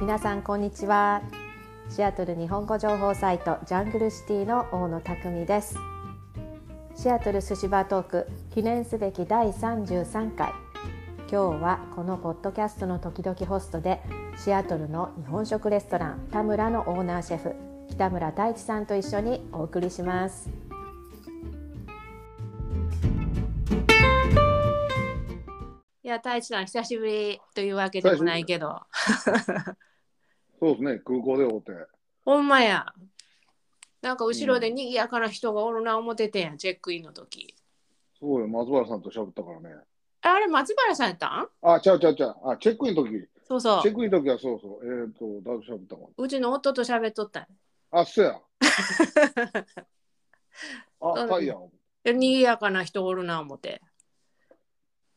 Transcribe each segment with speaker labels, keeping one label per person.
Speaker 1: 皆さんこんにちはシアトル日本語情報サイトジャングルシティの大野匠ですシアトル寿司バートーク記念すべき第33回今日はこのポッドキャストの時々ホストでシアトルの日本食レストラン田村のオーナーシェフ北村太一さんと一緒にお送りしますいや太一さん久しぶりというわけでもないけど
Speaker 2: そうですね、空港でおって。
Speaker 1: ほんまや。なんか後ろで賑やかな人がおるな思っててんや、チェックインの時。
Speaker 2: そうよ、松原さんと喋ったからね。
Speaker 1: ああれ、松原さんやったん
Speaker 2: あ、ちゃうちゃうちゃう。あ、チェックインの時。
Speaker 1: そうそ
Speaker 2: チェックインの時はそうそう。えっ、ー、と、だいぶ喋ったもん。
Speaker 1: う。うちの夫と喋っとったん
Speaker 2: あ、そう や。
Speaker 1: そう
Speaker 2: あ、
Speaker 1: だ
Speaker 2: タ
Speaker 1: ね
Speaker 2: イヤ。
Speaker 1: や。賑やかな人おるな思って。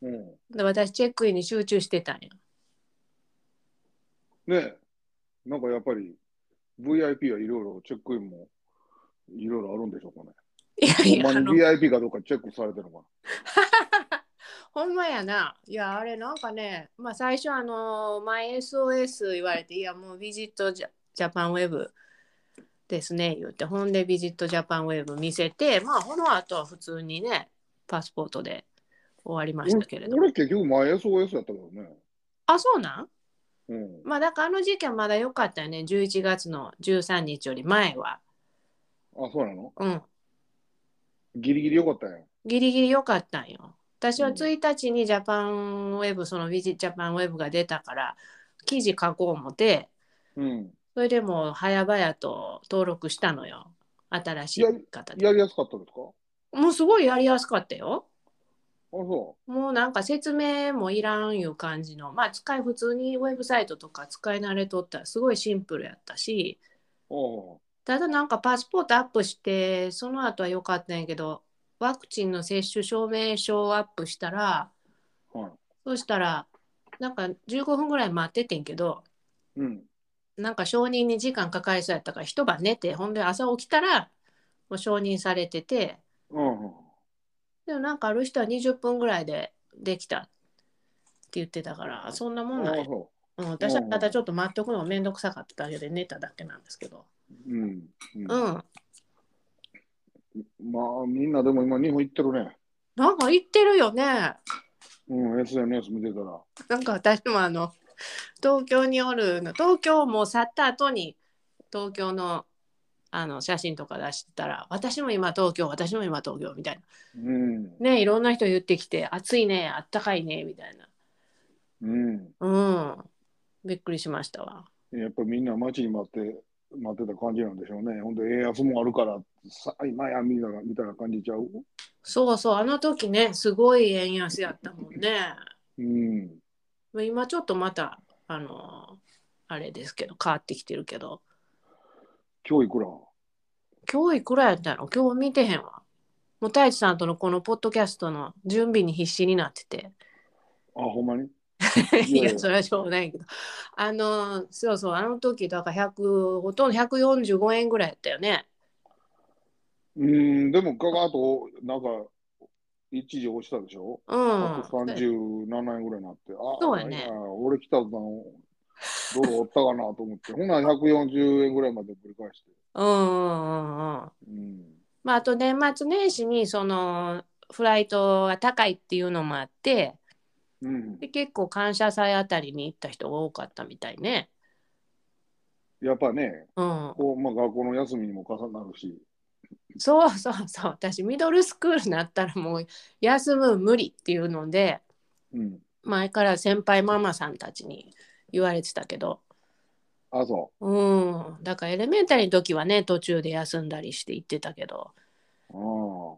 Speaker 2: うん。ね
Speaker 1: で私、チェックインに集中してたんや。
Speaker 2: えなんかやっぱり VIP はいろいろチェックインもいろいろあるんでしょうかね。
Speaker 1: いやいや、
Speaker 2: ほ
Speaker 1: あ
Speaker 2: んま
Speaker 1: の
Speaker 2: に、VIP かどうかチェックされてるのか
Speaker 1: ほんまやな。いや、あれ、なんかね、まあ最初、あの、前 SOS 言われて、いや、もうビジットジャジャパンウェブですね、言って、ほんでビジットジャパンウェブ見せて、まあ、この後は普通にね、パスポートで終わりましたけれ
Speaker 2: な。
Speaker 1: ど。
Speaker 2: 俺結局前 SOS やったけどね。
Speaker 1: あ、そうなん
Speaker 2: うん。
Speaker 1: まあ、だからあの事件まだ良かったよね。11月の13日より前は。
Speaker 2: あ、そうなの
Speaker 1: うん。
Speaker 2: ギリギリよかったんやん。
Speaker 1: ギリギリ良かったんよ。私は
Speaker 2: うん
Speaker 1: 1日にジャパンウェブ、そのビジジャパンウェブが出たから、記事書こう思って、
Speaker 2: うん。
Speaker 1: それでもう早々と登録したのよ。新しい方で。
Speaker 2: やりやすかったですかあ、
Speaker 1: もうすごいやりやすかったよ。
Speaker 2: そ
Speaker 1: もうなんか説明もいらんいう感じの、まあ使い普通にウェブサイトとか使い慣れとったらすごいシンプルやったし、
Speaker 2: う。ああ。
Speaker 1: ただなんかパスポートアップしてその後は良かったんやけどワクチンの接種証明書をアップしたら
Speaker 2: はい。
Speaker 1: そうしたらなんか15分ぐらい待っててんけど
Speaker 2: うん。
Speaker 1: なんか承認に時間かかりそうやったから一晩寝てほんで朝起きたらもう承認されてて
Speaker 2: うん。
Speaker 1: でもなんかある人は20分ぐらいでできたって言ってたからそんなもんなん
Speaker 2: あ
Speaker 1: や
Speaker 2: あ、、そう。
Speaker 1: うん、私はただちょっと待っとくのがめんどくさかっただけで寝ただけなんですけど
Speaker 2: うん、うん
Speaker 1: うん
Speaker 2: まあみんなでも今日本行ってるね。
Speaker 1: なんか言ってるよね
Speaker 2: うん、SNS 見てたら。
Speaker 1: なんか私もあの東京におるの東京も去った後に東京のあの写真とか出してたら私も今東京私も今東京みたいな
Speaker 2: うん。
Speaker 1: ねいろんな人言ってきて暑いねあったかいねみたいな
Speaker 2: うん。
Speaker 1: うんびっくりしましたわ
Speaker 2: やっぱみんな待ちに待って、待ってた感じなんでしょうね。ほんで、ええやつもあるから、さあ、今や、みたいな、みたいな感じちゃう。
Speaker 1: そうそうあの時ねすごい円安やったもんね
Speaker 2: うん。
Speaker 1: 今ちょっとまたあのあれですけど変わってきてるけど
Speaker 2: 今日いくら
Speaker 1: 今日いくらやったの今日見てへんわ。もう太一さんとのこのポッドキャストの準備に必死になってて。
Speaker 2: あ、ほんまに
Speaker 1: い
Speaker 2: いやいや
Speaker 1: や、それはしょうがないけど。あの、そうそう、あの時、だから100、ほとんど145円ぐらいやったよね。
Speaker 2: うん、でも、ガガッと、なんか、一時落ちたでしょ
Speaker 1: うん。
Speaker 2: 137円ぐらいになって、あ
Speaker 1: そうやね
Speaker 2: あ俺来たぞ、ドルおったかなと思って、ほな140円ぐらいまで繰り返して。
Speaker 1: うんうんうんうん。
Speaker 2: うん
Speaker 1: まあ、あと年末年始に、その、フライトが高いっていうのもあって、
Speaker 2: うん
Speaker 1: で、結構感謝祭あたりに行った人が多かったみたいね。
Speaker 2: やっぱね、
Speaker 1: うん。
Speaker 2: こうまあ、学校の休みにも重なるし、
Speaker 1: そうそうそう私ミドルスクールになったらもう休む無理っていうので
Speaker 2: うん、
Speaker 1: 前から先輩ママさんたちに言われてたけど
Speaker 2: あ、そ
Speaker 1: うんだからエレメンタリーの時はね途中で休んだりして行ってたけど
Speaker 2: う、あ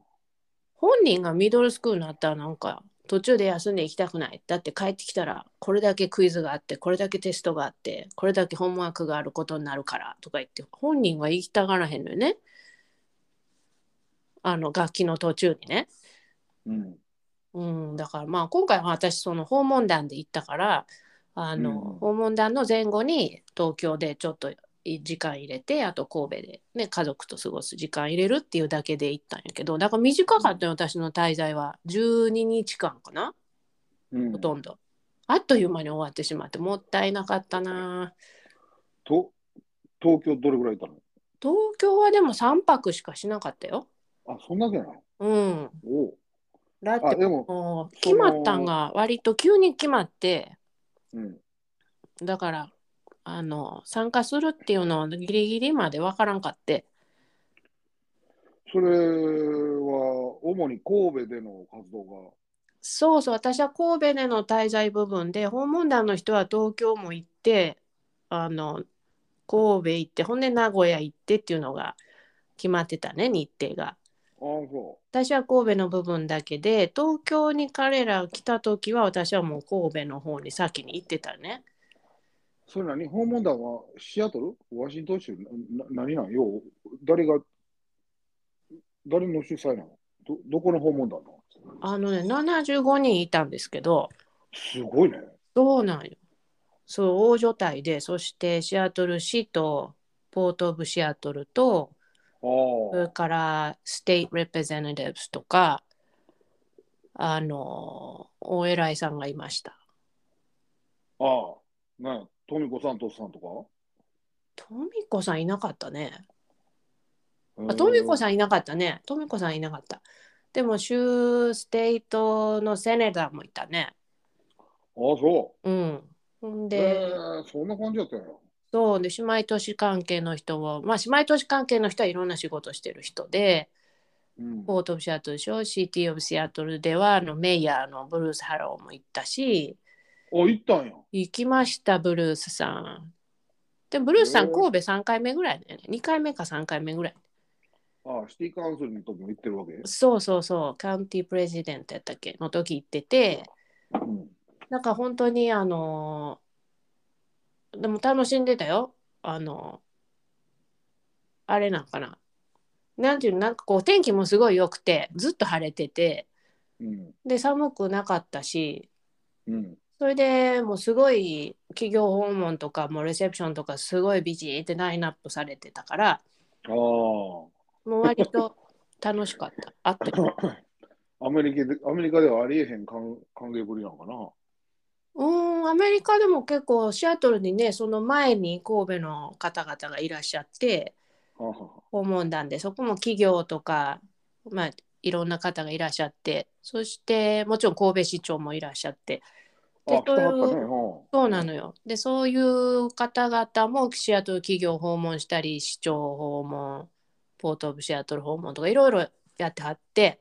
Speaker 1: 本人がミドルスクールになったらなんか途中で休んで行きたくないだって帰ってきたらこれだけクイズがあってこれだけテストがあってこれだけホームワークがあることになるからとか言って本人は行きたがらへんのよねあの楽器の途中にね。
Speaker 2: うん、
Speaker 1: うん、だからまあ今回は私その訪問団で行ったからあの、
Speaker 2: うん
Speaker 1: 訪問団の前後に東京でちょっと時間入れてあと神戸で、ね、家族と過ごす時間入れるっていうだけで行ったんやけどだから短かったよ私の滞在は12日間かな
Speaker 2: うん
Speaker 1: ほとんどあっという間に終わってしまってもったいなかったな
Speaker 2: と東京どれぐらいいたの
Speaker 1: 東京はでも3泊しかしなかったよ。
Speaker 2: あ、そんだけなの
Speaker 1: うん。
Speaker 2: おう
Speaker 1: だって
Speaker 2: あ、でも、
Speaker 1: もう決まったんが割と急に決まって
Speaker 2: うん。
Speaker 1: だからあの参加するっていうのはギリギリまで分からんかって
Speaker 2: それは、主に神戸での活動
Speaker 1: そうそう私は神戸での滞在部分で訪問団の人は東京も行ってあの神戸行ってほんで名古屋行ってっていうのが決まってたね日程が。
Speaker 2: が。ああ、そ
Speaker 1: 私は神戸の部分だけで東京に彼ら来た時は私はもう神戸の方に先に行ってたね。
Speaker 2: う。それ何訪問団はシアトルワシントン州なな何なんよう誰が、誰の主催なのど、どこの訪問団なの
Speaker 1: あのね75人いたんですけど
Speaker 2: すごいね。
Speaker 1: そうなんよ。そう大所帯でそしてシアトル市とポート・オブ・シアトルと
Speaker 2: あ
Speaker 1: それ
Speaker 2: あ。
Speaker 1: からステイ・レプレゼンティブスとかあのお偉いさんがいました。
Speaker 2: ああ。なんや、トミコさん、トスさんとか
Speaker 1: 富子さんいなかったね。あ、トミコさんいなかったね。トミコさんいなかった。でも、州ステイトのセネターもいたね。
Speaker 2: ん。ああ、そ
Speaker 1: うん。ほん
Speaker 2: う。
Speaker 1: で、
Speaker 2: えーそんな感じだったんや。
Speaker 1: そうで、姉妹都市関係の人は、まあ、姉妹都市関係の人はいろんな仕事してる人で、
Speaker 2: うん。
Speaker 1: ポート・オブ・シアトルでしょ、シティ・オブ・シアトルでは、あのメイヤーのブルース・ハローも行ったし、
Speaker 2: あ、行ったんや。
Speaker 1: 行きました、ブルースさん。で、ブルースさ
Speaker 2: へ
Speaker 1: ん、
Speaker 2: え
Speaker 1: 神戸3回目ぐらいだよね。2回目か3回目ぐらい。
Speaker 2: ああ、シティカウンセルの時も行ってるわけ。
Speaker 1: そうそうそう、カウンティ・プレジデントやったっけの時行ってて、
Speaker 2: うん。
Speaker 1: なんか本当にあのーでも楽しんでたよ。あのーあれなんかな。なんていうのなんかこう天気もすごい良くてずっと晴れてて
Speaker 2: うん。
Speaker 1: で寒くなかったし
Speaker 2: うん。
Speaker 1: それでもうすごい企業訪問とかもうレセプションとかすごいビジーってラインナップされてたから
Speaker 2: ああ。
Speaker 1: もう割と楽しかった。あったよ
Speaker 2: アメリカで、アメリカではありえへん歓歓迎ぶりなのかな。
Speaker 1: うーんアメリカでも結構シアトルにねその前に神戸の方々がいらっしゃって。
Speaker 2: ああ
Speaker 1: 訪問団でそこも企業とか、まあ、いろんな方がいらっしゃってそしてもちろん神戸市長もいらっしゃってで
Speaker 2: あ、来たかった
Speaker 1: そういう
Speaker 2: ね。うん
Speaker 1: そうなのよでそういう方々もシアトル企業訪問したり市長訪問ポート・オブ・シアトル訪問とかいろいろやってはって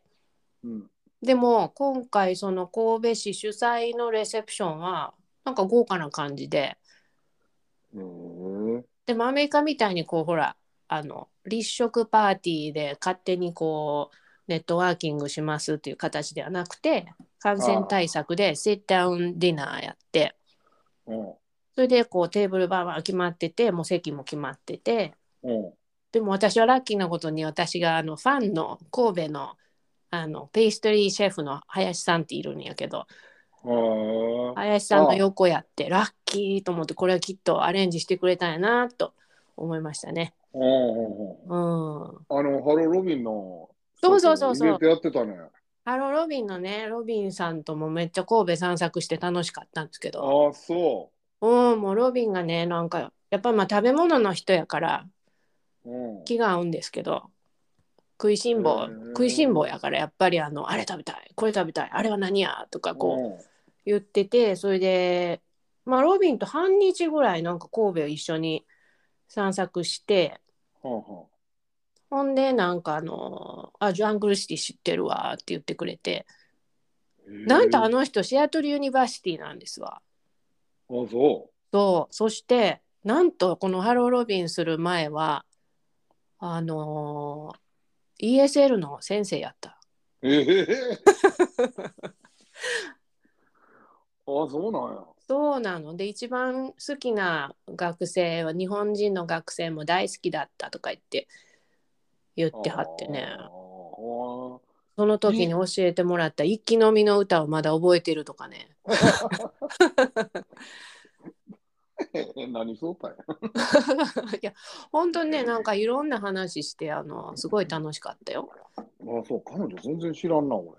Speaker 2: うん。
Speaker 1: でも今回その神戸市主催のレセプションはなんか豪華な感じで
Speaker 2: へえ
Speaker 1: でもアメリカみたいにこうほらあの立食パーティーで勝手にこうネットワーキングしますっていう形ではなくて感染対策でシットダウンディナーやって
Speaker 2: うん。
Speaker 1: それでこうテーブルバーは決まっててもう席も決まってて
Speaker 2: うん。
Speaker 1: でも私はラッキーなことに私があのファンの神戸のあのペイストリーシェフの林さんっているんやけど
Speaker 2: へえ
Speaker 1: 林さんの横やってラッキーと思ってこれはきっとアレンジしてくれたんやなと思いましたね。
Speaker 2: うんうんうん。
Speaker 1: うん
Speaker 2: あの、ハローロビンの。
Speaker 1: そうそうそうそう
Speaker 2: イベントやってたね。
Speaker 1: ハローロビンのね、ロビンさんともめっちゃ神戸散策して楽しかったんですけど、
Speaker 2: ああ、そ
Speaker 1: うん、もうロビンがね、なんか、やっぱまあ食べ物の人やから
Speaker 2: う。うん。
Speaker 1: 気が合うんですけど、食いしん坊
Speaker 2: へー、
Speaker 1: 食いしん坊やから、やっぱりあの、あれ食べたい、これ食べたい、あれは何やとかこう
Speaker 2: うん
Speaker 1: 言ってて、それで、まあロビンと半日ぐらいなんか神戸を一緒に散策して、
Speaker 2: はんはん
Speaker 1: ほんでなんかあの、あ、ジャングルシティ知ってるわって言ってくれて、
Speaker 2: へえ
Speaker 1: なんとあ
Speaker 2: あ、
Speaker 1: の人シアトルユニバーシティなんですわ。
Speaker 2: そ
Speaker 1: そうそしてなんとこのハローロビンする前はあのー ESL の先生やった
Speaker 2: う。ええ ああ、そうなんや。
Speaker 1: そうなので一番好きな学生は日本人の学生も大好きだったとか言って言ってはってね
Speaker 2: あー
Speaker 1: その時に教えてもらった「一気飲みの歌」をまだ覚えてるとかね
Speaker 2: 何そうか
Speaker 1: い
Speaker 2: い。
Speaker 1: や本当にねなんかいろんな話してあのすごい楽しかったよ
Speaker 2: あそう、彼女全然知らんな、俺。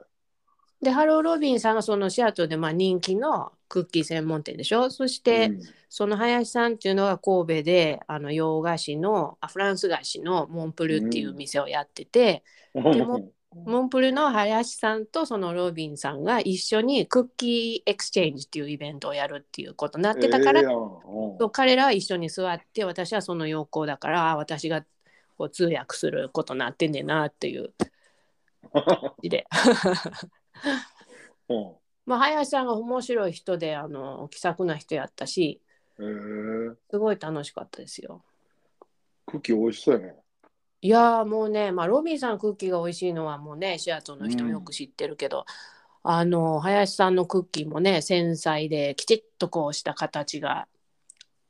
Speaker 1: でハロー・ロビンさんがそのシアトルでまあ人気のクッキー専門店でしょそして、
Speaker 2: うん
Speaker 1: その林さんっていうのが神戸であの洋菓子のあフランス菓子のモンプルっていう店をやってて、でもモンプルの林さんとそのロビンさんが一緒にクッキーエクスチェンジっていうイベントをやるっていうことになってたから、
Speaker 2: ええやんうん
Speaker 1: そう彼らは一緒に座って私はその要項だからあ私がこう通訳することになってんねんなっていう感じで
Speaker 2: うん
Speaker 1: まあ林さんが面白い人であの気さくな人やったし
Speaker 2: えー、
Speaker 1: すごい楽しかったですよ。
Speaker 2: クッキー美味しそうやね。
Speaker 1: いやーもうね、まあ、ロビンさんクッキーが美味しいのはもうねシアトルの人もよく知ってるけど、あの林さんのクッキーもね繊細できちっとこうした形が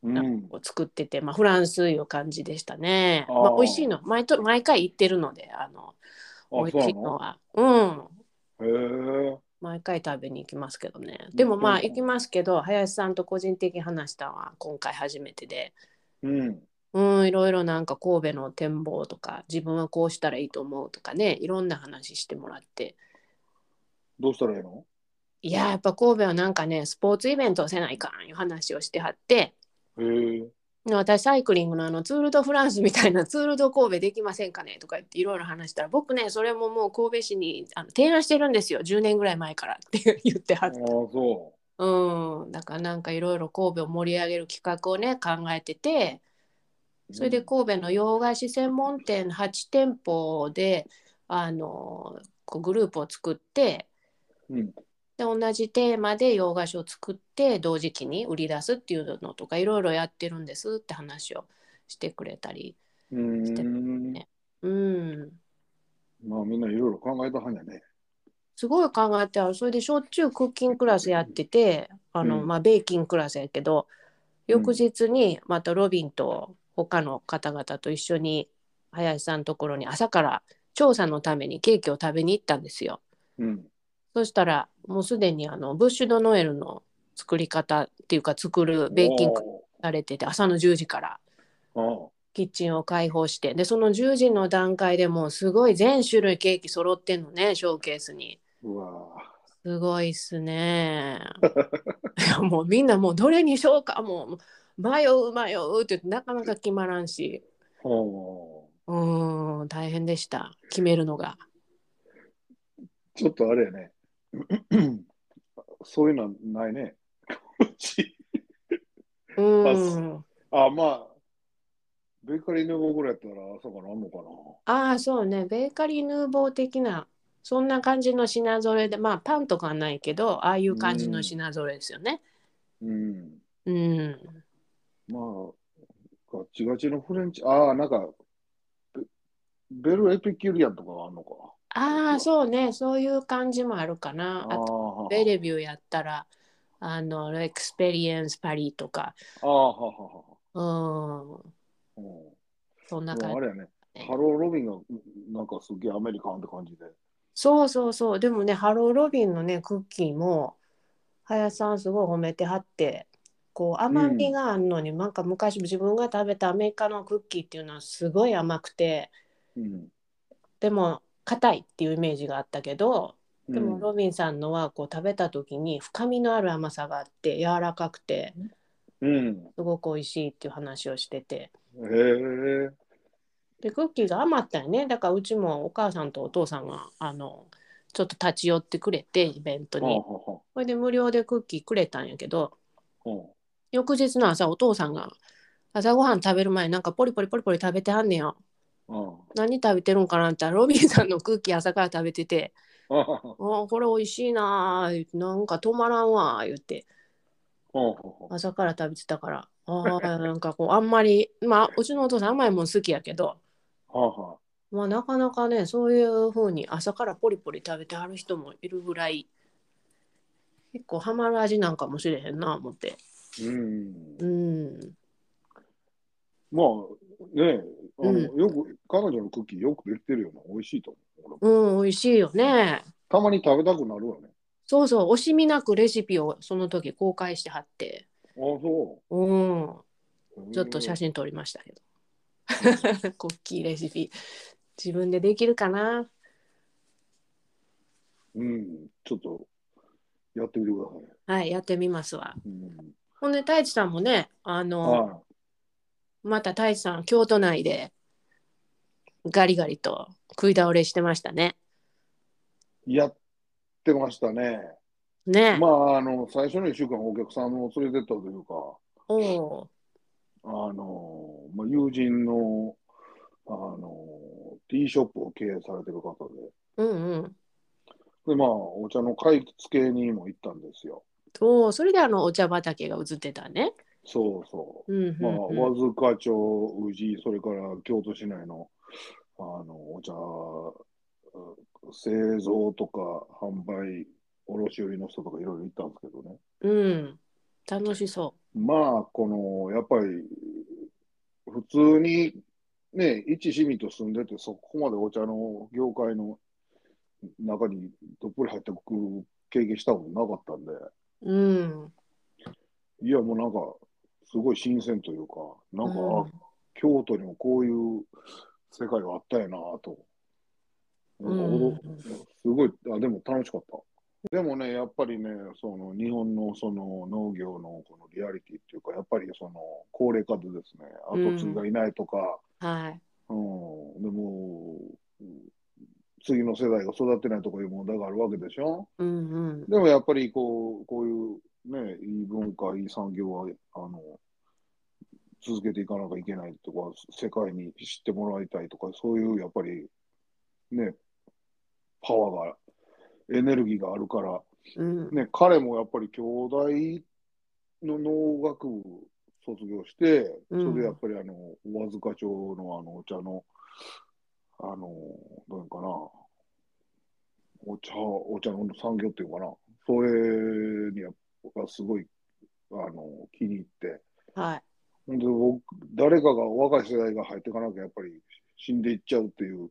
Speaker 2: う
Speaker 1: なんか
Speaker 2: ん。
Speaker 1: こう作ってて、まあ、フランスいう感じでしたね。
Speaker 2: あー
Speaker 1: まあ、美味しいの毎と毎回行ってるのであの
Speaker 2: あ、
Speaker 1: 美味し
Speaker 2: そうない
Speaker 1: の
Speaker 2: の
Speaker 1: はうん
Speaker 2: へえ
Speaker 1: 毎回食べに行きますけどねでもまあ
Speaker 2: うん
Speaker 1: 行きますけど林さんと個人的に話したのは今回初めてで
Speaker 2: うん。
Speaker 1: うんいろいろなんか神戸の展望とか自分はこうしたらいいと思うとかねいろんな話してもらって
Speaker 2: どうしたらいいの
Speaker 1: いややっぱ神戸はなんかねスポーツイベントをせないかんいう話をしてはって
Speaker 2: へえ
Speaker 1: 私サイクリングのあのツール・ド・フランスみたいなツール・ド・神戸できませんかねとか言っていろいろ話したら僕ねそれももう神戸市にあの提案してるんですよ10年ぐらい前からって言っては
Speaker 2: あ
Speaker 1: っ
Speaker 2: あ、
Speaker 1: て
Speaker 2: そ
Speaker 1: うん、だからなんかいろいろ神戸を盛り上げる企画をね考えてて
Speaker 2: う。
Speaker 1: それで神戸の洋菓子専門店8店舗であのこうグループを作って
Speaker 2: うん。
Speaker 1: で同じテーマで洋菓子を作って同時期に売り出すっていうのとかいろいろやってるんですって話をしてくれたり
Speaker 2: うん。うん
Speaker 1: ねうん
Speaker 2: まあみんないろいろ考えたはんやね。
Speaker 1: すごい考えてあるそれでしょっちゅうクッキングクラスやっててあの、
Speaker 2: うん
Speaker 1: まあ、ベーキングクラスやけど
Speaker 2: うん
Speaker 1: 翌日にまたロビンと他の方々と一緒に林さんのところに朝から調査のためにケーキを食べに行ったんですよ。
Speaker 2: うん。
Speaker 1: そしたらもうすでにあのブッシュ・ド・ノエルの作り方っていうか作るベーキングされてて朝の10時から
Speaker 2: お
Speaker 1: キッチンを開放してでその10時の段階でもうすごい全種類ケーキ揃ってんのねショーケースに。
Speaker 2: ーああ。うわ
Speaker 1: すごいっすね。いやもうみんなもうどれにしようかもう迷う迷うって言ってなかなか決まらんし
Speaker 2: あ。お
Speaker 1: うーん大変でした決めるのが。
Speaker 2: ちょっとあれやね。 そういうのはないね。
Speaker 1: うーん
Speaker 2: あ、まあ。ベーカリーの方ぐらいやったら朝からあんのか
Speaker 1: あ
Speaker 2: な。
Speaker 1: あそうねベーカリーヌーボー的なそんな感じの品揃えでまあパンとかはないけどああいう感じの品揃えですよね。
Speaker 2: うん。
Speaker 1: うん
Speaker 2: まあ、ガッチガチのフレンチ、ああ、なんか、ベベルエピキュリアンとかがあるのか。
Speaker 1: ああそうねそういう感じもあるかな。あと
Speaker 2: あ
Speaker 1: ベレビューやったらあのエクスペリエンスパリとか
Speaker 2: ああははは。
Speaker 1: うーん
Speaker 2: うん、
Speaker 1: そんな
Speaker 2: で
Speaker 1: 感じ
Speaker 2: もあれやね、ハロー・ロビンがなんかすげえアメリカンって感じで。
Speaker 1: そうそうそうでもねハローロビンのねクッキーも林さんすごい褒めてはってこう甘みがあるのに、なんか昔自分が食べたアメリカのクッキーっていうのはすごい甘くて
Speaker 2: うん。
Speaker 1: でも硬いっていうイメージがあったけどでも
Speaker 2: うん
Speaker 1: ロビンさんのはこう食べた時に深みのある甘さがあって柔らかくて
Speaker 2: うん。
Speaker 1: すごく美味しいっていう話をしてて
Speaker 2: へえ。
Speaker 1: でクッキーが余ったよねだからうちもお母さんとお父さんがあのちょっと立ち寄ってくれてイベント
Speaker 2: はあ
Speaker 1: に。
Speaker 2: は
Speaker 1: それで無料でクッキーくれたんやけど
Speaker 2: あはあ。
Speaker 1: 翌日の朝お父さんが朝ごはん食べる前なんかポリポリポリポリ食べてはんねや
Speaker 2: うん。
Speaker 1: 何食べてるんかなって言ったらロビンさんのクッキー朝から食べてて
Speaker 2: あはは
Speaker 1: 「あーこれ美味しいなー」なんか止まらんわー」言って
Speaker 2: は
Speaker 1: 朝から食べてたからあーなんかこうあんまりまあうちのお父さん甘いもん好きやけど、
Speaker 2: あ。は
Speaker 1: まあ、なかなかねそういう風に朝からポリポリ食べてはる人もいるぐらい結構ハマる味なんかもしれへんな思って
Speaker 2: うん。
Speaker 1: うん
Speaker 2: まあ、ねあの、
Speaker 1: う
Speaker 2: よく、彼女のクッキーよくできてるよな。美味しいと思う俺も。
Speaker 1: うん美味しいよね
Speaker 2: たまに食べたくなるわね。
Speaker 1: そうそう、惜しみなくレシピをその時公開してはって、
Speaker 2: ああ、そ
Speaker 1: うん、
Speaker 2: う。
Speaker 1: ちょっと写真撮りましたけど。 コッキーレシピ、自分でできるかな
Speaker 2: うん、ちょっとやってみてくださ
Speaker 1: はい、やってみますわ。
Speaker 2: い。うん、
Speaker 1: ほんで、太一さんもね、あの、
Speaker 2: は
Speaker 1: また太一さん、京都内でガリガリと食い倒れしてましたね。
Speaker 2: い。やってましたね。
Speaker 1: ね。
Speaker 2: まあ、あの、最初の1週間お客さんを連れてったというか、
Speaker 1: おお
Speaker 2: あの、まあ、友人の、あの、ティーショップを経営されてる方で、
Speaker 1: う。うんうん。
Speaker 2: で、まあ、お茶の買い付けにも行ったんですよ。
Speaker 1: おお、それであのお茶畑が映ってたね。
Speaker 2: そうそう。
Speaker 1: うんうん、
Speaker 2: まあ、
Speaker 1: うん
Speaker 2: 和塚町、宇治、それから京都市内の、あの、お茶、製造とか販売、卸売の人とかいろいろ行ったんですけどね。
Speaker 1: うん。楽しそ
Speaker 2: まあ、この、やっぱり、普通に、ね、一市民と住んでて、そこまでお茶の業界の中にどっぷり入ってくる経験したことなかったんで、
Speaker 1: う。うん。
Speaker 2: いや、もうなんか、すごい新鮮というか、なんか、
Speaker 1: う
Speaker 2: あ京都にもこういう世界があったよなぁと。なんか驚
Speaker 1: うん
Speaker 2: すごい、あ、でも楽しかった。でもね、やっぱりね、その日本のその農業のこのリアリティっていうか、やっぱりその高齢化でですね、
Speaker 1: うん
Speaker 2: 後継ぎがいないとか、
Speaker 1: はい。
Speaker 2: うん、でもう、次の世代が育ってないとかいう問題があるわけでしょ。
Speaker 1: うんうん。
Speaker 2: でもやっぱりこう、こういうね、いい文化、いい産業は、あの、続けていかなきゃいけないとか、世界に知ってもらいたいとか、そういうやっぱり、ね、パワーが、エネルギーがあるから、
Speaker 1: うん。
Speaker 2: ね、彼もやっぱり兄弟の農学部卒業して、そ
Speaker 1: うん
Speaker 2: れでやっぱりあの、和塚町のあの、お茶の、あの、どういうのかな、お茶、お茶の産業っていうのかな、それにやっぱすごい、あの、気に入って、
Speaker 1: はい。
Speaker 2: ほんで僕、誰かが、若い世代が入っていかなきゃやっぱり死んでいっちゃうっていう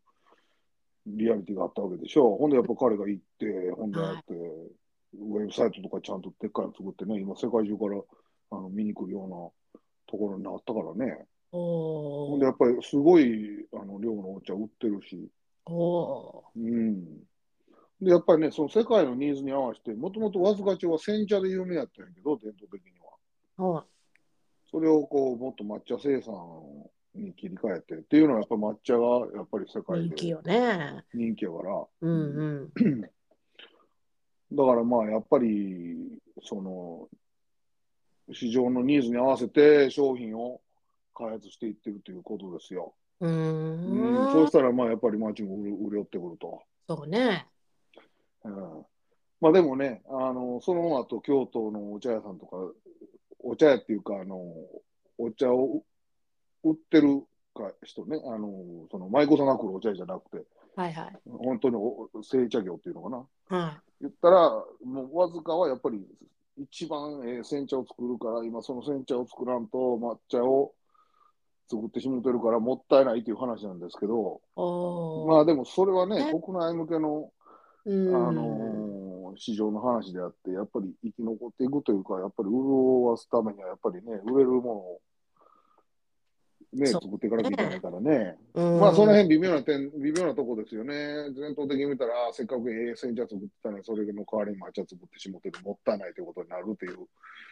Speaker 2: リアリティがあったわけでしょ。ほんでやっぱ彼が行って、ほんでやって、ウェブサイトとかちゃんとでっかいの作ってね、今世界中からあの見に来るようなところになったからね。
Speaker 1: お
Speaker 2: ほん
Speaker 1: お
Speaker 2: で。やっぱりすごいあの量のお茶売ってるし、
Speaker 1: おお
Speaker 2: うん。で、やっぱりね、その世界のニーズに合わせて、もともと和塚町は煎茶で有名やったんやけど、伝統的には。
Speaker 1: ー。はい。
Speaker 2: それをこうもっと抹茶生産に切り替えてっていうのはやっぱ抹茶がやっぱり世界
Speaker 1: 人気
Speaker 2: で
Speaker 1: よね。
Speaker 2: 人気やから、
Speaker 1: うんうん。
Speaker 2: だからまあやっぱりその市場のニーズに合わせて商品を開発していってるということですよ。
Speaker 1: う
Speaker 2: うん、
Speaker 1: ー
Speaker 2: そ
Speaker 1: ん
Speaker 2: う。したらまあやっぱり街も潤潤ってくると。
Speaker 1: そうね。
Speaker 2: うん、まあでもね、あのその後京都のお茶屋さんとか、お茶屋っていうか、あのお茶を売ってるか人ね、あのその舞妓さんが来るお茶屋じゃなくて、
Speaker 1: はいはい。
Speaker 2: 本当にお製茶業っていうのかな。
Speaker 1: は
Speaker 2: 言ったら、もうわずかはやっぱり一番、えー煎茶を作るから、今その煎茶を作らんと抹茶を作ってしもてるからもったいないっていう話なんですけど、
Speaker 1: い。おお。
Speaker 2: まあでもそれは
Speaker 1: ね
Speaker 2: ね、国内向けの
Speaker 1: う
Speaker 2: あ
Speaker 1: ん。
Speaker 2: のー市場の話であって、やっぱり生き残っていくというか、やっぱり潤わすためには、やっぱりね、売れるものを、ね、
Speaker 1: そう
Speaker 2: 作っていかなきゃいけないからね。
Speaker 1: うん
Speaker 2: まあ、その辺微妙な点、微妙なとこですよね。全体的に見たら、あーせっかくええ煎茶作ってたのに、それの代わりに抹茶作ってしもってるもったいないということになるという、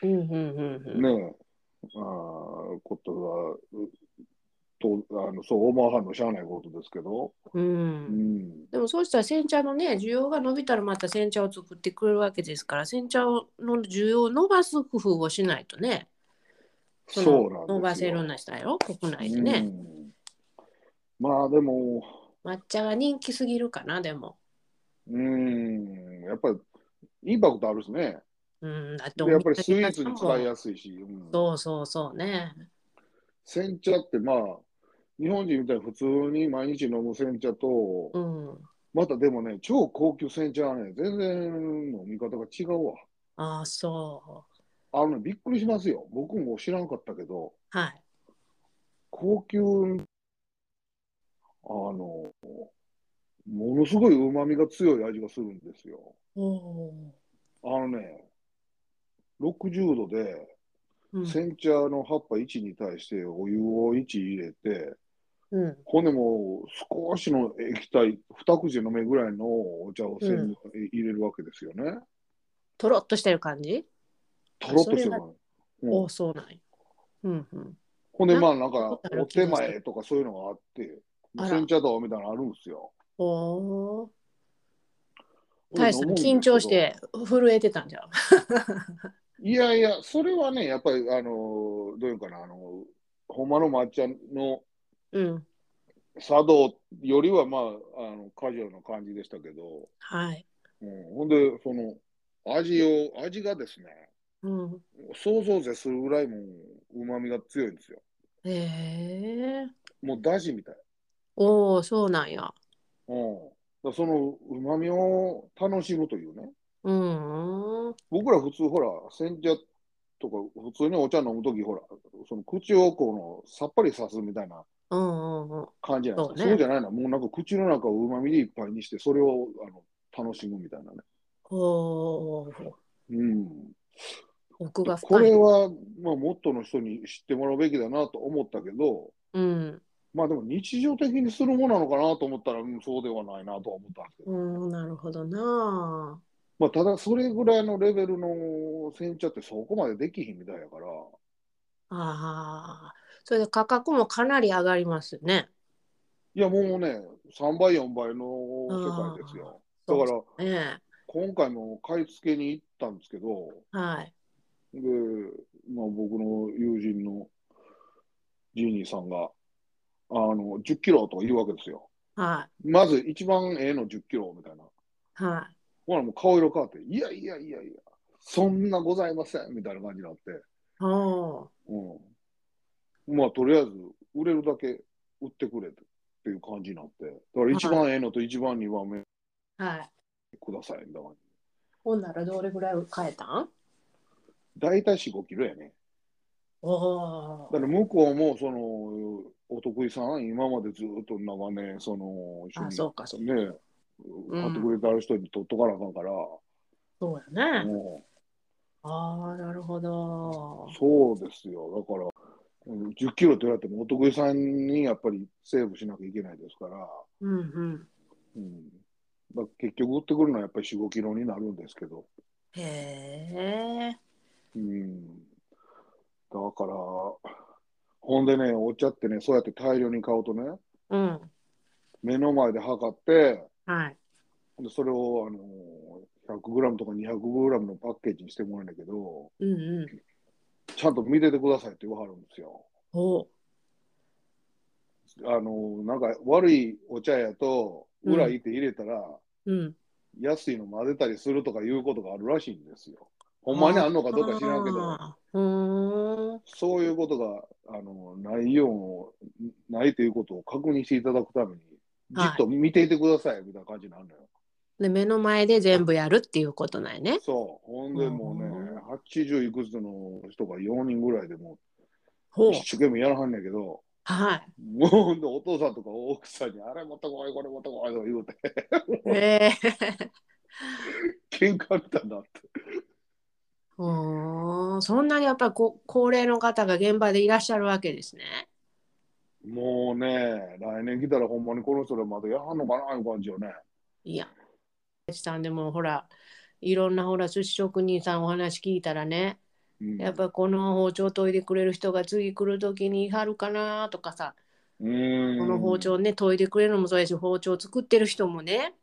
Speaker 1: うんうんうんうん。
Speaker 2: ね、あーことは、うとあのそう思わはんのしゃあないことですけど、
Speaker 1: う。
Speaker 2: うんん、
Speaker 1: でもそうしたら煎茶のね需要が伸びたらまた煎茶を作ってくれるわけですから煎茶の需要を伸ばす工夫をしないとねの
Speaker 2: そうなんですよ。
Speaker 1: 伸ばせるんなしたよ国内で
Speaker 2: う
Speaker 1: ね、
Speaker 2: んまあでも、
Speaker 1: 抹茶が人気すぎるかなでも
Speaker 2: うん、やっぱりインパクトあるしね。
Speaker 1: うんだって
Speaker 2: でやっぱりスイーツに使いやすいし、うん
Speaker 1: そうそうそうね
Speaker 2: 煎茶ってまあ、日本人みたいに普通に毎日飲む煎茶と、
Speaker 1: うん
Speaker 2: またでもね、超高級煎茶はね、全然飲み方が違うわ。
Speaker 1: ああそ
Speaker 2: あのね、びっくりしますよ。僕も知らんかったけど、
Speaker 1: うはい
Speaker 2: 高級、あの、ものすごい旨味が強い味がするんですよ。
Speaker 1: おお
Speaker 2: あのね、60度で
Speaker 1: ー、うん、
Speaker 2: 煎茶の葉っぱ1に対してお湯を1入れて、
Speaker 1: うん。
Speaker 2: ほんでもう少しの液体、二口飲めぐらいのお茶をせん、
Speaker 1: うん
Speaker 2: 入れるわけですよね。
Speaker 1: とろっとしてる感じ、
Speaker 2: とろっとしてるから、うん
Speaker 1: おお、そうなんや。うんうん。
Speaker 2: ほんで、まあ、なん
Speaker 1: なん
Speaker 2: か
Speaker 1: か、
Speaker 2: お手前とかそういうのがあって、
Speaker 1: あら
Speaker 2: 煎茶道みたいなのあるんですよ。
Speaker 1: おお。大さん、緊
Speaker 2: 飲むですけど
Speaker 1: 張し。て震えてたんじゃん。
Speaker 2: いやいや、それはね、やっぱり、あの、どういうかな、あの、ほんまの抹茶の
Speaker 1: うん。
Speaker 2: 茶道よりは、まあ、あのカジュアルな感じでしたけど、
Speaker 1: はい。
Speaker 2: うん、ほんで、その、味を、味がですね、
Speaker 1: うん。
Speaker 2: 想像を絶するぐらいもう、うまみが強いんですよ。
Speaker 1: へえ
Speaker 2: もう、だしみたい。
Speaker 1: おお、そうなんや。
Speaker 2: うん。だからその、うまみを楽しむというね。
Speaker 1: うんうん。
Speaker 2: 僕ら普通ほら、煎茶とか普通にお茶飲むときほら、その口をこのさっぱりさすみたいな
Speaker 1: うんうんうん。
Speaker 2: 感じじゃないです
Speaker 1: そ
Speaker 2: か。そうう,、
Speaker 1: ね
Speaker 2: じゃないな。もうなんか口の中をうまみでいっぱいにして、それをあの楽しむみたいなね。
Speaker 1: おお。
Speaker 2: うん。
Speaker 1: 奥が
Speaker 2: こ
Speaker 1: 深
Speaker 2: れ
Speaker 1: い。
Speaker 2: は、まあ、もっとの人に知ってもらうべきだなと思ったけど、
Speaker 1: うん。
Speaker 2: まあでも日常的にするものなのかなと思ったら、うん、そうではないなとは思ったんですけど、
Speaker 1: うん、なるほどな。
Speaker 2: まあただそれぐらいのレベルの煎茶ってそこまでできひんみたいやから、
Speaker 1: ああ。それで価格もかなり上がりますね。
Speaker 2: いやもうね、3倍、4倍の世界ですよ。だ
Speaker 1: そ
Speaker 2: か
Speaker 1: う
Speaker 2: ら、
Speaker 1: ね
Speaker 2: 今回も買い付けに行ったんですけど、
Speaker 1: はい。
Speaker 2: で、まあ、僕の友人のジーニーさんが、あの、10キロとか言うわけですよ。
Speaker 1: は
Speaker 2: まず一番ええの10キロみたいな。
Speaker 1: い。はい。
Speaker 2: ほらもう顔色変わって、いやいやいやいや、そんなございませんみたいな感じになって、
Speaker 1: おお。
Speaker 2: うん。まあ、とりあえず売れるだけ売ってくれっていう感じになって、だから一番ええのと一番二番目
Speaker 1: はい。
Speaker 2: くださいみたいな感じ。
Speaker 1: ほんならどれぐらい買えたん
Speaker 2: 大体4、5キロやね。
Speaker 1: おお
Speaker 2: だから向こうもそのお得意さん、今までずっと長年、その一緒
Speaker 1: あ、そうか、そう
Speaker 2: にね、
Speaker 1: ん
Speaker 2: 買ってくれてある人に取っとかなあかんから、
Speaker 1: そうやね。
Speaker 2: も
Speaker 1: ああ、なるほど
Speaker 2: う。そうですよ、だから、うん10キロって言われても、お得意さんにやっぱりセーブしなきゃいけないですから、
Speaker 1: うんうん。
Speaker 2: うん、だから結局、売ってくるのはやっぱり4、5キロになるんですけど、
Speaker 1: へえ。
Speaker 2: うん、だから、ほんでね、お茶ってね、そうやって大量に買うとね、
Speaker 1: うん。
Speaker 2: 目の前で測って、
Speaker 1: はい。
Speaker 2: でそれを、あのー、100g とか 200g のパッケージにしてもらうんだけど、
Speaker 1: うんうん。
Speaker 2: ちゃんと見ててくださいって言わはるんですよ。
Speaker 1: お
Speaker 2: あのー、なんか悪いお茶やと、
Speaker 1: うん
Speaker 2: 裏いって入れたら、
Speaker 1: うん。
Speaker 2: 安いの混ぜたりするとかいうことがあるらしいんですよ。ほんまにあんのかどうか知らんけど、
Speaker 1: あー。うーん。
Speaker 2: そういうことが、あのー、ないような、ないということを確認していただくために、じ
Speaker 1: はい
Speaker 2: っと見ていてくださいみたいな感じになるのよ。
Speaker 1: で、目の前で全部やるっていうことなんやね。
Speaker 2: そう。ほんでもうね
Speaker 1: うん、
Speaker 2: 80いくつの人が4人ぐらいでもう
Speaker 1: ほう
Speaker 2: 一。生懸命やらはんねんけど、
Speaker 1: はい。
Speaker 2: もうほんでお父さんとか奥さんに、あれ持ってこい、これ持ってこいとか言うて、
Speaker 1: ええ。
Speaker 2: 喧嘩みたいになって。
Speaker 1: うーん。そんなにやっぱりご高齢の方が現場でいらっしゃるわけですね。
Speaker 2: もうね、来年来たらほんまにこの人らまたやはんのかないう感じよね。
Speaker 1: いや。さんでもほら、いろんなほら寿司職人さんお話聞いたらね、
Speaker 2: うん、
Speaker 1: やっぱこの包丁研いでくれる人が次来る時にいはるかなとかさ、
Speaker 2: うん、
Speaker 1: この包丁ね研いでくれるのもそうやし包丁作ってる人もね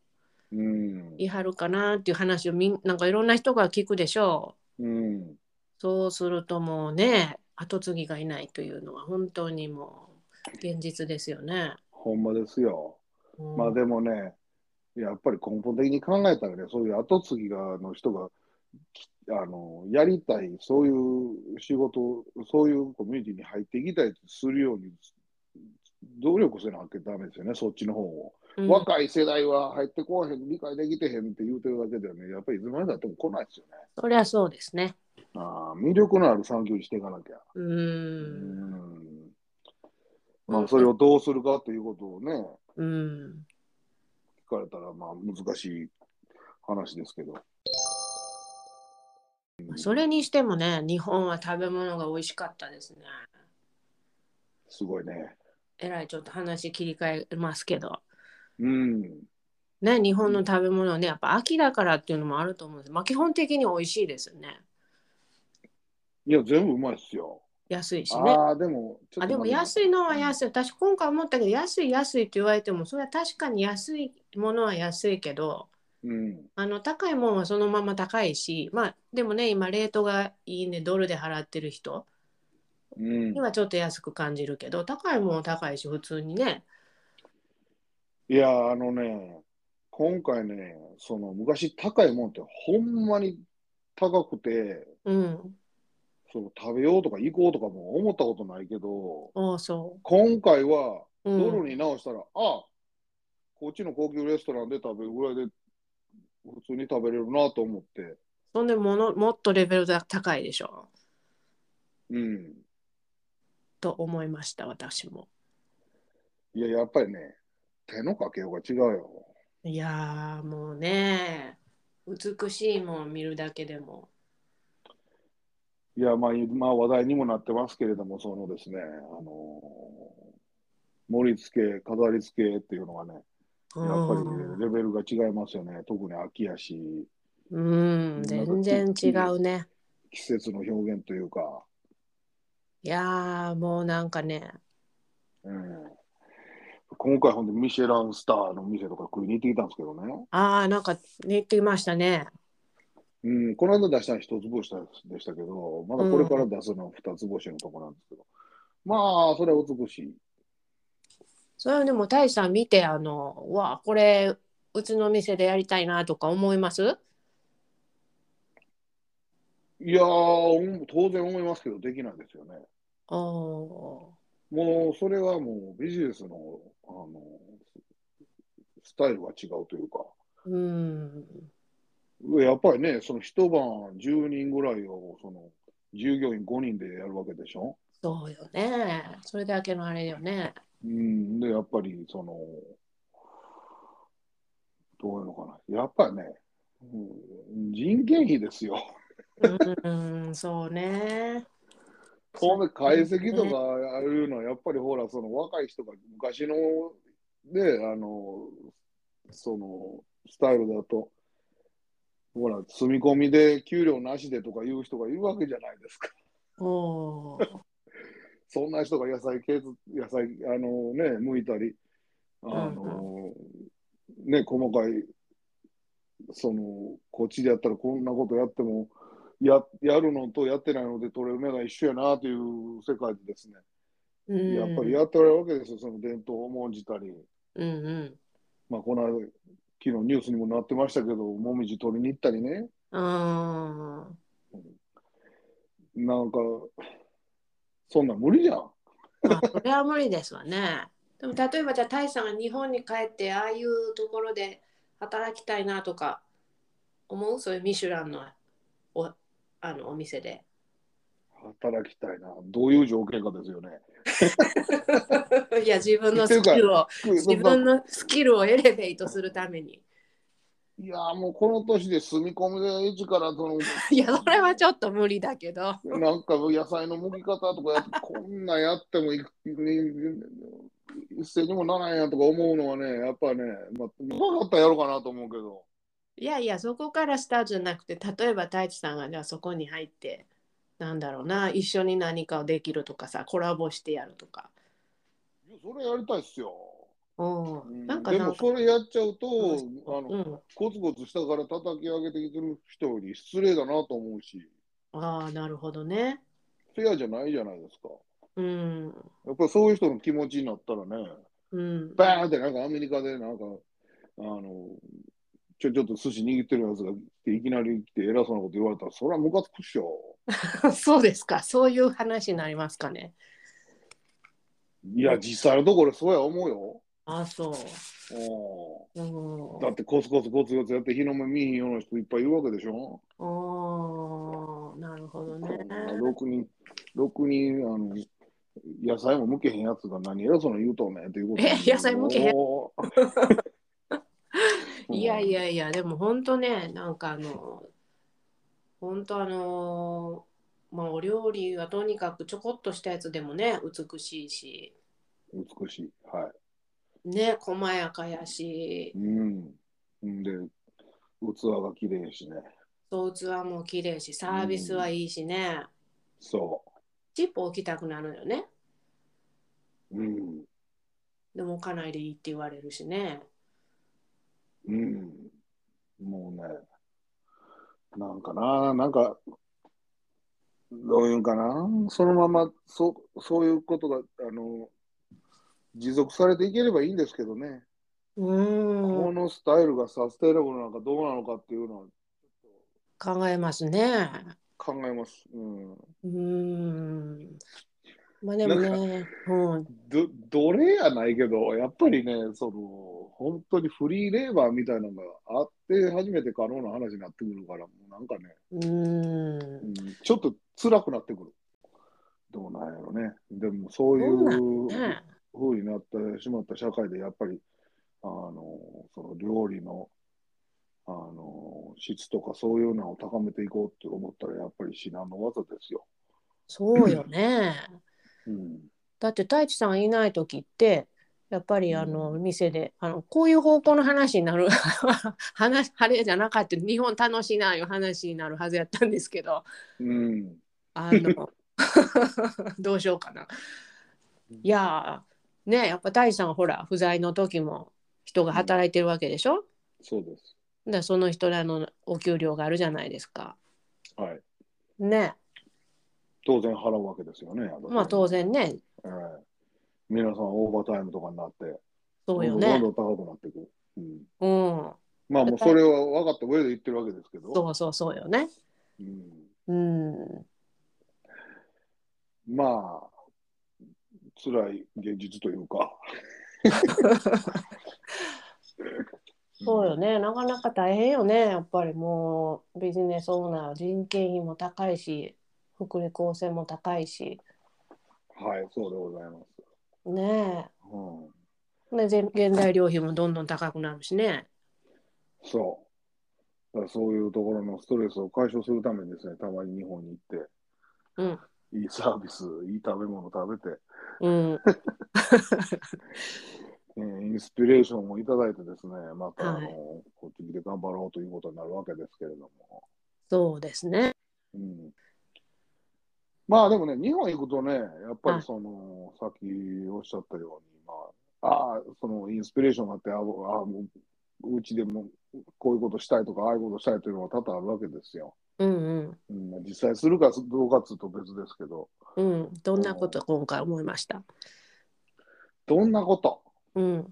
Speaker 2: うん、
Speaker 1: いはるかなっていう話をみんなんかいろんな人が聞くでしょう
Speaker 2: うん、
Speaker 1: そうするともうね後継ぎがいないというのは本当にもう現実ですよね。
Speaker 2: ほんまですよ。
Speaker 1: うん
Speaker 2: まあでもね、やっぱり根本的に考えたらね、そういう後継ぎがの人が、きあのやりたい、そういう仕事、そういうコミュニティに入っていきたいとするように、努力せなきゃダメですよね、そっちの方を。
Speaker 1: うん
Speaker 2: 若い世代は入ってこうへん、理解できてへんって言うてるだけではね、やっぱりいつまでだっても来ないですよね。
Speaker 1: そりゃそうですね。
Speaker 2: あー魅力のある産業にしていかなきゃ。
Speaker 1: う。
Speaker 2: うんん。まあ、それをどうするかということをね、
Speaker 1: うん。
Speaker 2: 聞かれたら、まあ、難しい話ですけど。
Speaker 1: それにしてもね日本は食べ物が美味しかったですね。
Speaker 2: すごいね。
Speaker 1: えらいちょっと話切り替えますけど、
Speaker 2: うん。
Speaker 1: ね、日本の食べ物ねやっぱ秋だからっていうのもあると思うんですまあ基本的に美味しいですよね
Speaker 2: いや、全部うまいっすよ。
Speaker 1: 安いしね
Speaker 2: ああ、でも、ちょっと待って
Speaker 1: あでも安いのは安い私今回思ったけど安い安いって言われてもそれは確かに安いものは安いけど
Speaker 2: うん。
Speaker 1: あの高いもんはそのまま高いしまあでもね今レートがいいねドルで払ってる人
Speaker 2: うん
Speaker 1: に。はちょっと安く感じるけど高いもんは高いし普通にね
Speaker 2: いや、あのね、今回ね、その昔高いもんってほんまに高くて、
Speaker 1: うん
Speaker 2: その食べようとか行こうとかも思ったことないけど、
Speaker 1: おうそ
Speaker 2: 今回は
Speaker 1: う、う
Speaker 2: ド
Speaker 1: ん、
Speaker 2: ルに直したら、ああ、こっちの高級レストランで食べるぐらいで普通に食べれるなと思って、
Speaker 1: そんでものもっとレベルが高いでしょ
Speaker 2: うん。
Speaker 1: と思いました私も
Speaker 2: いや、やっぱりね、手のかけようが違うよ。
Speaker 1: いやーもうね美しいもん見るだけでも
Speaker 2: いや、まあ、今話題にもなってますけれども、そのですね、あのー盛り付け、飾り付けっていうのがね、
Speaker 1: や
Speaker 2: やっぱりね、レベルが違いますよね。特に秋やし、
Speaker 1: うん、全然違うね。
Speaker 2: 季節の表現というか。
Speaker 1: いやー、もうなんかね、
Speaker 2: うん、今回、ほんで、ミシェランスターの店とか食いに行ってきたんですけどね。
Speaker 1: あー、なんか言ってましたね。
Speaker 2: うん、この間出したのは一つ星でしたけど、まだこれから出すのは二つ星のとこなんですけど。まあ、それは美しい。
Speaker 1: それはでも、大さん見て、あの、うわあ、これ、うちの店でやりたいなとか思います
Speaker 2: いやー、うん当然思いますけど、できないですよね。
Speaker 1: お
Speaker 2: もう、それはもうビジネスの、あの、スタイルが違うというか。
Speaker 1: ーうん、
Speaker 2: やっぱりね、その一晩10人ぐらいを、その従業員5人でやるわけでしょ。
Speaker 1: そうよね。それだけのあれよね。
Speaker 2: うん、で、やっぱり、その、どういうのかな。やっぱりね、うん人件費ですよ。
Speaker 1: うん、そうね。
Speaker 2: その解析とかああいうのは、やっぱりほら、その若い人が昔の、で、あの、その、スタイルだと、ほら、住み込みで給料なしでとかいう人がいるわけじゃないですか。
Speaker 1: おー
Speaker 2: そんな人が野菜削野菜、あのね、剥いたり、あの、ね、細かい、その、こっちでやったらこんなことやっても、ややるのとやってないので取れる目が一緒やなという世界でですね、
Speaker 1: うん、
Speaker 2: やっぱりやっておられるわけですよ、その伝統を重んじたり、
Speaker 1: うんうん。
Speaker 2: まあ、この間、昨日ニュースにもなってましたけど、もみじ取りに行ったりね、
Speaker 1: あー
Speaker 2: なんか、そんなん無理じゃん。
Speaker 1: まあ、それは無理ですわね。でも例えばじゃあ、タイさんが日本に帰って、ああいうところで働きたいなとか思うそういうミシュランのおあのお店で。
Speaker 2: 働きたいな、どういう条件かですよね。
Speaker 1: いや、自分のスキルを、自分のスキルをエレベートするために。
Speaker 2: いやーもうこの年で住み込みで一からその
Speaker 1: いや、それはちょっと無理だけど。
Speaker 2: なんか野菜の剥き方とかやってこんなんやってもいいい一斉にもならんやとか思うのはねやっぱねまあうまかったらやろうかなと思うけど
Speaker 1: いやいや、そこからスタートじゃなくて、例えば太一さんがじゃあそこに入って、なんだろうな、一緒に何かをできるとかさ、コラボしてやるとか。
Speaker 2: いやそれやりたいっすよ、
Speaker 1: お
Speaker 2: う
Speaker 1: ー
Speaker 2: ん
Speaker 1: なんか
Speaker 2: で
Speaker 1: な
Speaker 2: も
Speaker 1: んか、
Speaker 2: それやっちゃうと、
Speaker 1: う
Speaker 2: あの
Speaker 1: うん、
Speaker 2: コツコツ下から叩き上げてきてる人より失礼だなと思うし
Speaker 1: ああ、なるほどね。
Speaker 2: フェアじゃないじゃないですか
Speaker 1: うん。
Speaker 2: やっぱりそういう人の気持ちになったらね
Speaker 1: うん。
Speaker 2: バーンってなんかアメリカでなんか、あの、ちょ、ちょっと寿司握ってるやつが来て、いきなり来て偉そうなこと言われたら、そりゃムカつくっしょ。
Speaker 1: そうですか。そういう話になりますかね。
Speaker 2: いや、実際のところそうや思うよ。
Speaker 1: ああ、そう。
Speaker 2: うん
Speaker 1: う
Speaker 2: だってコツコツコツコツやって日の目見えへんような人いっぱいいるわけでしょ。
Speaker 1: ん。おーなるほどね。
Speaker 2: 6人、六人、あの、野菜も向けへんやつが何偉そうな言うとんねんっていうことなんだけ ど。
Speaker 1: え野菜向けへん
Speaker 2: おー
Speaker 1: いやいやいや、でも本当ね、なんかあの、本当あの、まあお料理はとにかくちょこっとしたやつでもね、美しいし、
Speaker 2: 美しい。は
Speaker 1: ね細やかやし
Speaker 2: い。うん。んで、器が綺麗やしね。
Speaker 1: そう器も綺麗しサービスはいいしね、
Speaker 2: そ
Speaker 1: チップ置きたくなるよね
Speaker 2: う。うん。
Speaker 1: でも置かないでいいって言われるしね
Speaker 2: うん。もうね、なんかな、なんか、どういうんかな、そのまま、そそういうことが、あの、持続されていければいいんですけどね、
Speaker 1: う
Speaker 2: こ
Speaker 1: ん
Speaker 2: のスタイルがサステイナブルなのかどうなのかっていうのは
Speaker 1: 考えますね
Speaker 2: 考えます。うん。
Speaker 1: うんまあでもねうん
Speaker 2: ど奴隷やないけど、やっぱりね、その、本当にフリーレーバーみたいなのがあって初めて可能な話になってくるから、もうなんかね、
Speaker 1: うん
Speaker 2: うんちょっと辛くなってくる。どうなんやろね。でもそうい
Speaker 1: どうなん
Speaker 2: う
Speaker 1: ね
Speaker 2: ふうになってしまった社会で、やっぱり、あの、その料理の、あの、質とかそういうのを高めていこうって思ったら、やっぱり至難の技ですよ。
Speaker 1: そうよね
Speaker 2: うん。
Speaker 1: だって太一さんいない時ってやっぱりあの店であのこういう方向の話になる 話あれじゃなかった日本楽しいないう話になるはずやったんですけど
Speaker 2: うん。
Speaker 1: あ のどうしようかな。いやーねやっぱ太一さんはほら不在の時も人が働いてるわけでしょ、
Speaker 2: そうです。
Speaker 1: だからその人らのお給料があるじゃないですか。
Speaker 2: はい。
Speaker 1: ね
Speaker 2: 当然払うわけですよね。
Speaker 1: まあ当然ね
Speaker 2: ええ皆さんオーバータイムとかになって、
Speaker 1: そうよ
Speaker 2: ど
Speaker 1: ね
Speaker 2: ん。どん高くなっていく。うん。
Speaker 1: うん
Speaker 2: まあもうそれは分かった上で言ってるわけですけど。
Speaker 1: そうそうそうよね。
Speaker 2: うん
Speaker 1: うん
Speaker 2: まあ、辛い現実というか。
Speaker 1: そうよね、なかなか大変よね、やっぱりもうビジネスオーナー、人件費も高いし、福利厚生も高いし、
Speaker 2: はい、そうでございます。
Speaker 1: ね
Speaker 2: うん、
Speaker 1: え、ねぜ現代料費もどんどん高くなるしね。
Speaker 2: そう。だからそういうところのストレスを解消するためにですね、たまに日本に行って、
Speaker 1: うん、
Speaker 2: いいサービス、いい食べ物食べて、
Speaker 1: うん、
Speaker 2: えーインスピレーションもいただいてですね、また、
Speaker 1: はい
Speaker 2: あのこっち来て頑張ろうということになるわけですけれども。
Speaker 1: そうですね。
Speaker 2: うんまあでもね、日本行くとね、やっぱ
Speaker 1: はい
Speaker 2: りその、さっきおっしゃったように、まあ、ああ、そのインスピレーションがあって、ああ、もううちでもこういうことしたいとか、ああいうことしたいというのは多々あるわけですよ。
Speaker 1: うん、
Speaker 2: うん、実際するかどうかっつうと別ですけど、
Speaker 1: うん、うん、どんなこと今回思いました。
Speaker 2: どんなこと
Speaker 1: うん。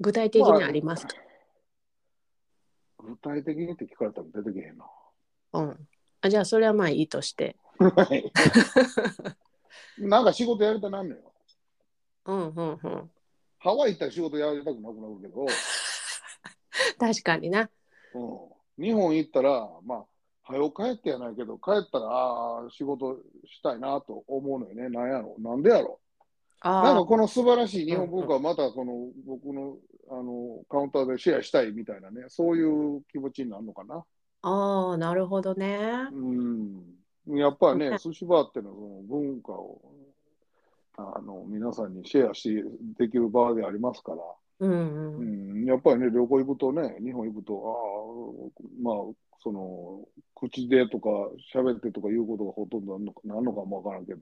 Speaker 1: 具体的にありますか。
Speaker 2: 具体的にって聞かれたら出てけへんな。
Speaker 1: うん。あ、じゃあ、それはまあいいとして。
Speaker 2: はいなんか仕事やりたなんのよ。
Speaker 1: うん、うん、うん。
Speaker 2: ハワイ行ったら仕事やりたくなくなるけど、
Speaker 1: 確かにな。
Speaker 2: うん、日本行ったら、まあ、早う帰ってやないけど、帰ったら、ああ、仕事したいなと思うのよね。なんやろなんでやろなん
Speaker 1: あ
Speaker 2: かこの素晴らしい日本文化をまたこの僕のあのカウンターでシェアしたいみたいなね、そういう気持ちになるのかな。
Speaker 1: あ、ああ、なるほどね。
Speaker 2: うん。やっぱり
Speaker 1: うん
Speaker 2: ね、寿司バーっていうのはその文化をあの皆さんにシェアしできる場でありますから。
Speaker 1: うん、う、
Speaker 2: うんん、やっぱりね、旅行行くとね、日本行くと、ああ、まあ、その、口でとか、喋ってとかいうことがほとんどなんのかなんのかもわからんけど、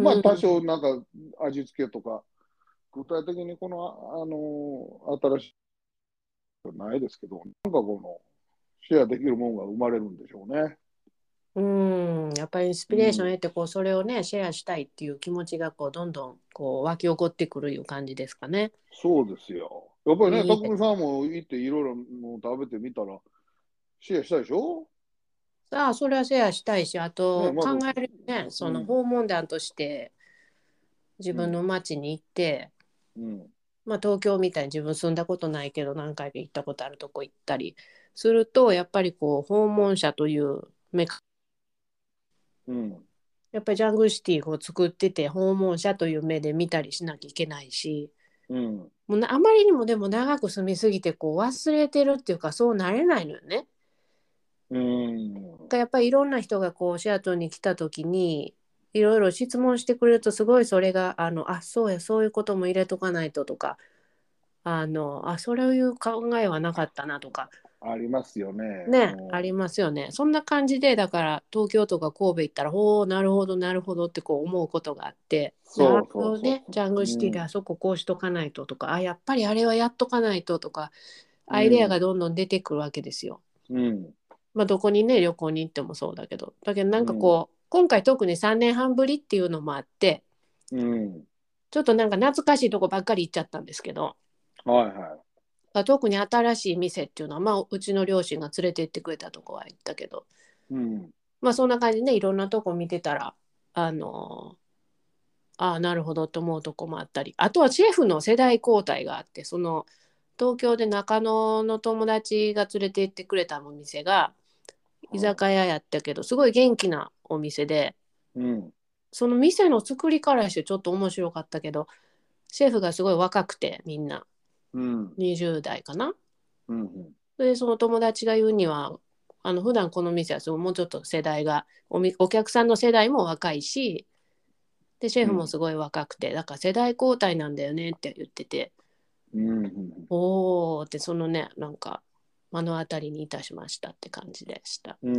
Speaker 2: まあ、多少なんか味付けとか、具体的にこの、ああの、新しい、ないですけど、なんかこの、シェアできるもんが生まれるんでしょうね。
Speaker 1: うん、やっぱりインスピレーションを得てこうそれをねシェアしたいっていう気持ちがこうどんどんこう湧き起こってくるいう感じですかね。
Speaker 2: そうですよ。やっぱり
Speaker 1: いい
Speaker 2: ね、
Speaker 1: ね
Speaker 2: 匠さんも行っていろいろもう食べてみたら、シェアしたでしょ
Speaker 1: さあそれはシェアしたいしあと
Speaker 2: ねま
Speaker 1: 考
Speaker 2: ず
Speaker 1: えるねそうの
Speaker 2: ん
Speaker 1: 訪問団として自分の町に行って、
Speaker 2: うん。
Speaker 1: まあ、東京みたいに自分住んだことないけど何回か行ったことあるとこ行ったりするとやっぱりこう訪問者という目か
Speaker 2: うん。
Speaker 1: やっぱりジャングルシティを作ってて訪問者という目で見たりしなきゃいけないし。
Speaker 2: うん。
Speaker 1: もうなあまりにもでも長く住みすぎてこう忘れてるっていうかそうなれないのよね。
Speaker 2: うん。
Speaker 1: だからやっぱりいろんな人がこうシアトルに来た時にいろいろ質問してくれるとすごいそれがあのあそうやそういうことも入れとかないととかあのあそういう考えはなかったなとか
Speaker 2: ありますよね。
Speaker 1: ね
Speaker 2: うん
Speaker 1: ありますよねそんな感じでだから東京とか神戸行ったらほうなるほどなるほどってこう思うことがあって
Speaker 2: そう
Speaker 1: なるほ
Speaker 2: そう
Speaker 1: ど
Speaker 2: そう
Speaker 1: ねジャングルシティで
Speaker 2: うん
Speaker 1: あそここうしとかないととか、あやっぱりあれはやっとかないととかアイデアがどんどん出てくるわけですよ。
Speaker 2: うん。
Speaker 1: まあ、どこにね旅行に行ってもそうだけどだけどなんかこう、今回特に3年半ぶりっていうのもあって
Speaker 2: うん。
Speaker 1: ちょっとなんか懐かしいとこばっかり行っちゃったんですけど、
Speaker 2: はいは
Speaker 1: まあ、特に新しい店っていうのは、まあ、うちの両親が連れて行ってくれたとこは行ったけど
Speaker 2: い。うん。
Speaker 1: まあそんな感じでねいろんなとこ見てたらあのーああなるほどと思うとこもあったりあとはシェフの世代交代があってその東京で中野の友達が連れて行ってくれたお店が居酒屋やったけどすごい元気なお店で
Speaker 2: うん。
Speaker 1: その店の作りからしてちょっと面白かったけどシェフがすごい若くてみんな
Speaker 2: うん。
Speaker 1: 20代かな
Speaker 2: うん。
Speaker 1: でその友達が言うにはあの普段この店はそうもうちょっと世代がおみお客さんの世代も若いしでシェフもすごい若くて、だから世代交代なんだよねって言ってて
Speaker 2: うん。うん
Speaker 1: おおってそのねなんか目の当たりにいたしましたって感じでした。
Speaker 2: うん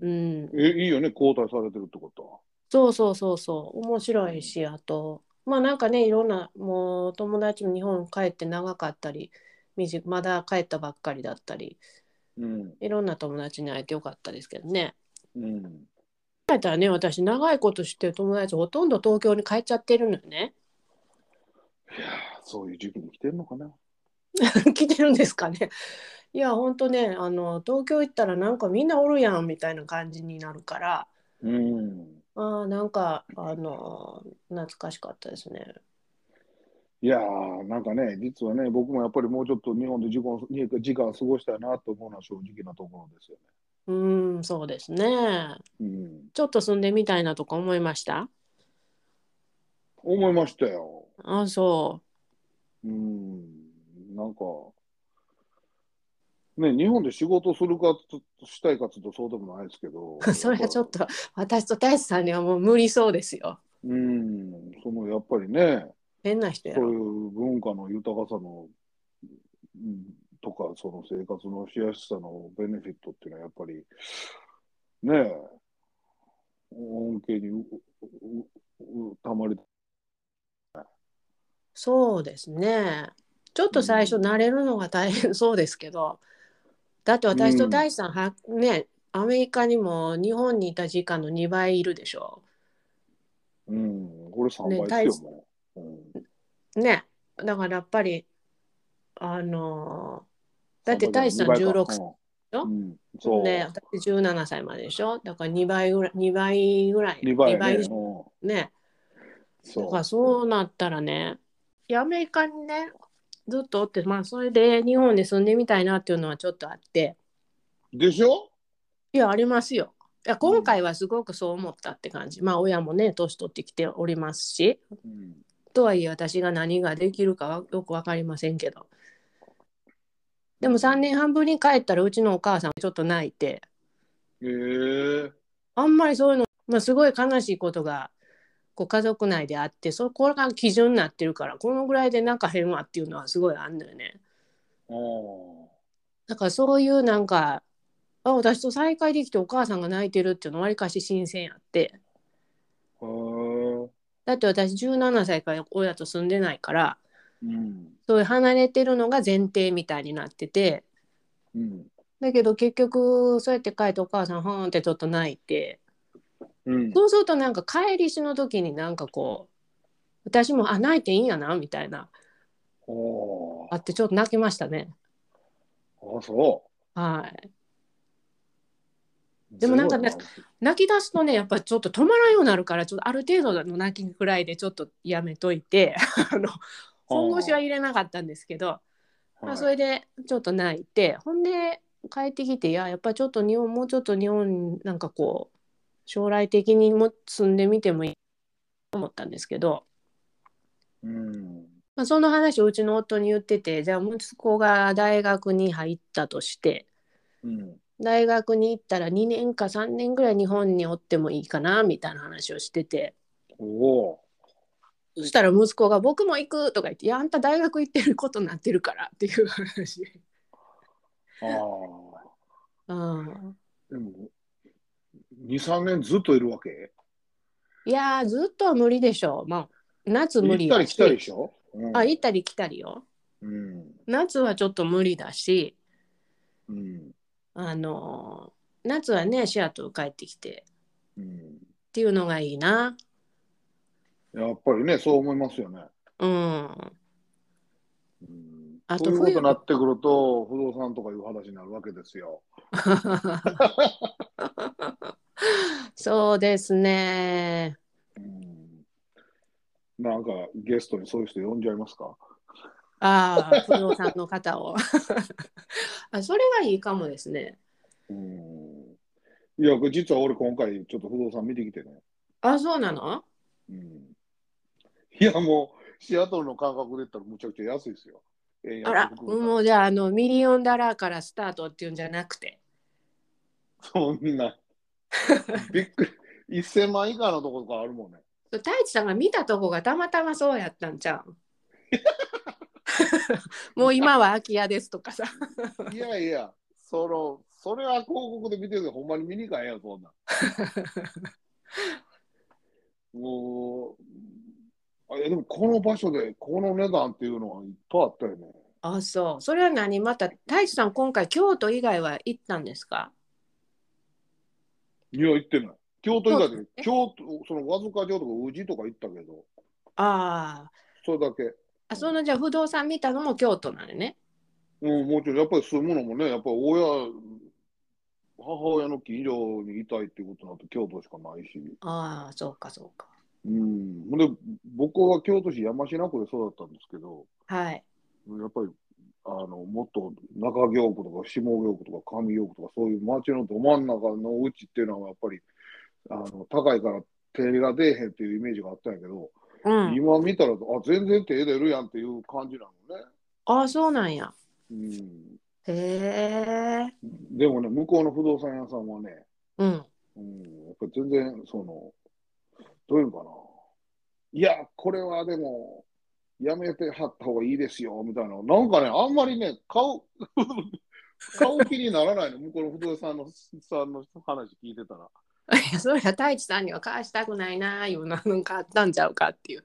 Speaker 1: う。ん
Speaker 2: え、いいよね。交代されてるってことは。
Speaker 1: そうそうそうそう面白いしあとまあなんかねいろんなもう友達も日本帰って長かったり短まだ帰ったばっかりだったり
Speaker 2: うん。
Speaker 1: いろんな友達に会えてよかったですけどね。
Speaker 2: うん。
Speaker 1: 考えたらね私長いこと知ってる友達ほとんど東京に帰っちゃってるのよね。
Speaker 2: いやーそういう時期に来てんのかな。
Speaker 1: 来てるんですかね。いやほんとねあの東京行ったらなんかみんなおるやんみたいな感じになるから
Speaker 2: うん。
Speaker 1: あーなんかあの懐かしかったですね。
Speaker 2: いやーなんかね、実はね、僕もやっぱりもうちょっと日本で時間をに時間を過ごしたいなと思うのは正直なところですよ
Speaker 1: うーんそうですね。
Speaker 2: ね。うん。
Speaker 1: ちょっと住んでみたいなとか思いました
Speaker 2: 思いましたよ。
Speaker 1: あそ
Speaker 2: うん。なんか、ね、日本で仕事するかつしたいかつうとそうでもないですけど
Speaker 1: う。 それはちょっ。と私と大志さんにはもう無理そうですよ。
Speaker 2: うん。そのやっぱりね、
Speaker 1: 変な人や
Speaker 2: そうい
Speaker 1: ろ。
Speaker 2: う文化の豊かさの、うんとか、その生活のしやすさのベネフィットっていうのはやっぱり、ねえ、恩恵にうううたまれて、
Speaker 1: そうですね。ちょっと最初慣れるのが大変 そうですけど、だって私と大志さんは、ね、アメリカにも日本にいた時間の2倍いるでしょ
Speaker 2: うん、これ3
Speaker 1: ね
Speaker 2: 倍
Speaker 1: 大
Speaker 2: です
Speaker 1: 事
Speaker 2: よ、もう。うん
Speaker 1: う。ね。だからやっぱり、あのーだって
Speaker 2: 三倍
Speaker 1: 大志さん
Speaker 2: 二倍か
Speaker 1: 16歳
Speaker 2: う
Speaker 1: ょ
Speaker 2: んうんそう。
Speaker 1: で、私17歳まででしょだから2倍ぐらい、2倍ぐらい、
Speaker 2: 2倍ね。
Speaker 1: 以
Speaker 2: うん
Speaker 1: 上ね。
Speaker 2: そ
Speaker 1: だからそうなったらね、いやアメリカにね、ずっとおって、まあ、それで日本に住んでみたいなっていうのはちょっとあって、
Speaker 2: う。でしょ
Speaker 1: いや、ありますよ。いや、今回はすごくそう思ったって感じ。まあ、親もね、年取ってきておりますし、
Speaker 2: うん
Speaker 1: とはいえ、私が何ができるかはよく分かりませんけど、でも3。年半ぶりに帰ったら、うちのお母さんちょっと泣いて、
Speaker 2: ええ
Speaker 1: あんまりそういうの、まあ、すごい悲しいことが、こう家族内であって、そこが基準になってるから、このぐらいで泣かへんわっていうのはすごいあんのよね。
Speaker 2: ああ。
Speaker 1: だからそういうなんかあ私と再会できてお母さんが泣いてるっていうのわりかし新鮮やって
Speaker 2: へえ。
Speaker 1: だって私17歳から親と住んでないから
Speaker 2: うん。
Speaker 1: そういう離れてるのが前提みたいになってて
Speaker 2: うん。
Speaker 1: だけど結局そうやって帰ってお母さんはーんってちょっと泣いて
Speaker 2: うん。
Speaker 1: そうするとなんか帰りしの時になんかこう私もあ泣いていいんやなみたいな
Speaker 2: お
Speaker 1: あってちょっと泣きましたね
Speaker 2: ああ、そ
Speaker 1: はい。
Speaker 2: う。
Speaker 1: でもなんかね
Speaker 2: すごい
Speaker 1: 泣き出すとねやっぱちょっと止まらんようになるからちょっとある程度の泣きぐらいでちょっとやめといて あの本腰は入れなかったんですけど、
Speaker 2: な
Speaker 1: ま
Speaker 2: は
Speaker 1: あ、
Speaker 2: い
Speaker 1: それでちょっと泣いてほんで帰ってきていややっぱちょっと日本もうちょっと日本なんかこう将来的にも住んでみてもいいと思ったんですけど、
Speaker 2: うん。
Speaker 1: まあ、その話をうちの夫に言っててじゃあ息子が大学に入ったとして
Speaker 2: うん。
Speaker 1: 大学に行ったら2年か3年ぐらい日本におってもいいかなみたいな話をしてて
Speaker 2: おお。
Speaker 1: そしたら息子が「僕も行く」とか言って「いやあんた大学行ってることになってるから」っていう 話。
Speaker 2: ああ。
Speaker 1: うん、
Speaker 2: でも、2、3年ずっといるわけ
Speaker 1: いやーずっとは無理でしょう。まあ夏無
Speaker 2: 行っ
Speaker 1: 理
Speaker 2: た
Speaker 1: や
Speaker 2: り来たりでしょ、うん、
Speaker 1: あ行ったり来たりよ。
Speaker 2: うん。
Speaker 1: 夏はちょっと無理だし
Speaker 2: うん。
Speaker 1: あのー夏はねシアトル帰ってきて
Speaker 2: うん。
Speaker 1: っていうのがいいな。
Speaker 2: やっぱりね、そう思いますよね。
Speaker 1: うん。
Speaker 2: うん、
Speaker 1: あと
Speaker 2: そういうこと
Speaker 1: 冬
Speaker 2: になってくると、不動産とかいう話になるわけですよ。
Speaker 1: そうですね。
Speaker 2: うん、なんか、ゲストにそういう人呼んじゃいますか
Speaker 1: ああ、不動産の方を。 あ、それがいいかもですね。
Speaker 2: うん。いや、実は俺今回ちょっと不動産見てきてね。
Speaker 1: あ、そうなの
Speaker 2: うん。いや、もう、シアトルの感覚で言ったらむちゃくちゃ安いですよ。円
Speaker 1: あら、
Speaker 2: 安含めた
Speaker 1: もうじゃあ、あの、ミリオンダラーからスタートっていうんじゃなくて。
Speaker 2: そんな。びっくり。1000万以下のとことかあるもんね。
Speaker 1: そう太一さんが見たとこがたまたまそうやったんちゃ うもう今は空き家ですとかさ。
Speaker 2: いやいや、その、それは広告で見てるけど、ほんまに見に行かへんやん、そんなん。もう、あいやでもこの場所でこの値段っていうのはいっぱいあったよね。
Speaker 1: あ、そう。それは何また、太一さん、今回、京都以外は行ったんですか
Speaker 2: いや、行ってない。京都以外で、
Speaker 1: え
Speaker 2: 京都、その和塚城とか宇治とか行ったけど、
Speaker 1: あー
Speaker 2: それだけ。
Speaker 1: あ、そのじゃあ不動産見たのも京都なのね。
Speaker 2: うん、もちろん、やっぱり住むのもね、やっぱり親、母親の近所にいたいってことになって京都しかないし。
Speaker 1: ああ、そうか、そうか。
Speaker 2: うん。ほんで、僕は京都市山科区で育ったんですけど、
Speaker 1: はい。
Speaker 2: やっぱり、あの、もっと中京区とか下京区とか上京区とかそういう街のど真ん中のうちっていうのはやっぱり、あの、高いから手が出えへんっていうイメージがあったんやけど、
Speaker 1: うん。
Speaker 2: 今見たら、あ、全然手出るやんっていう感じなのね。
Speaker 1: ああ、そうなんや。
Speaker 2: うん。
Speaker 1: へえ。
Speaker 2: でもね、向こうの不動産屋さんはね、
Speaker 1: うん。
Speaker 2: うん、やっぱり全然、その、どういうのかな。いや、これはでも、やめてはった方がいいですよ、みたいな。なんかね、あんまりね、顔、 顔気にならないの、向こうの不動産のさんの話聞いてたら。
Speaker 1: いやそりゃ太一さんには返したくないなあいうのなんかあったんちゃうかっていう。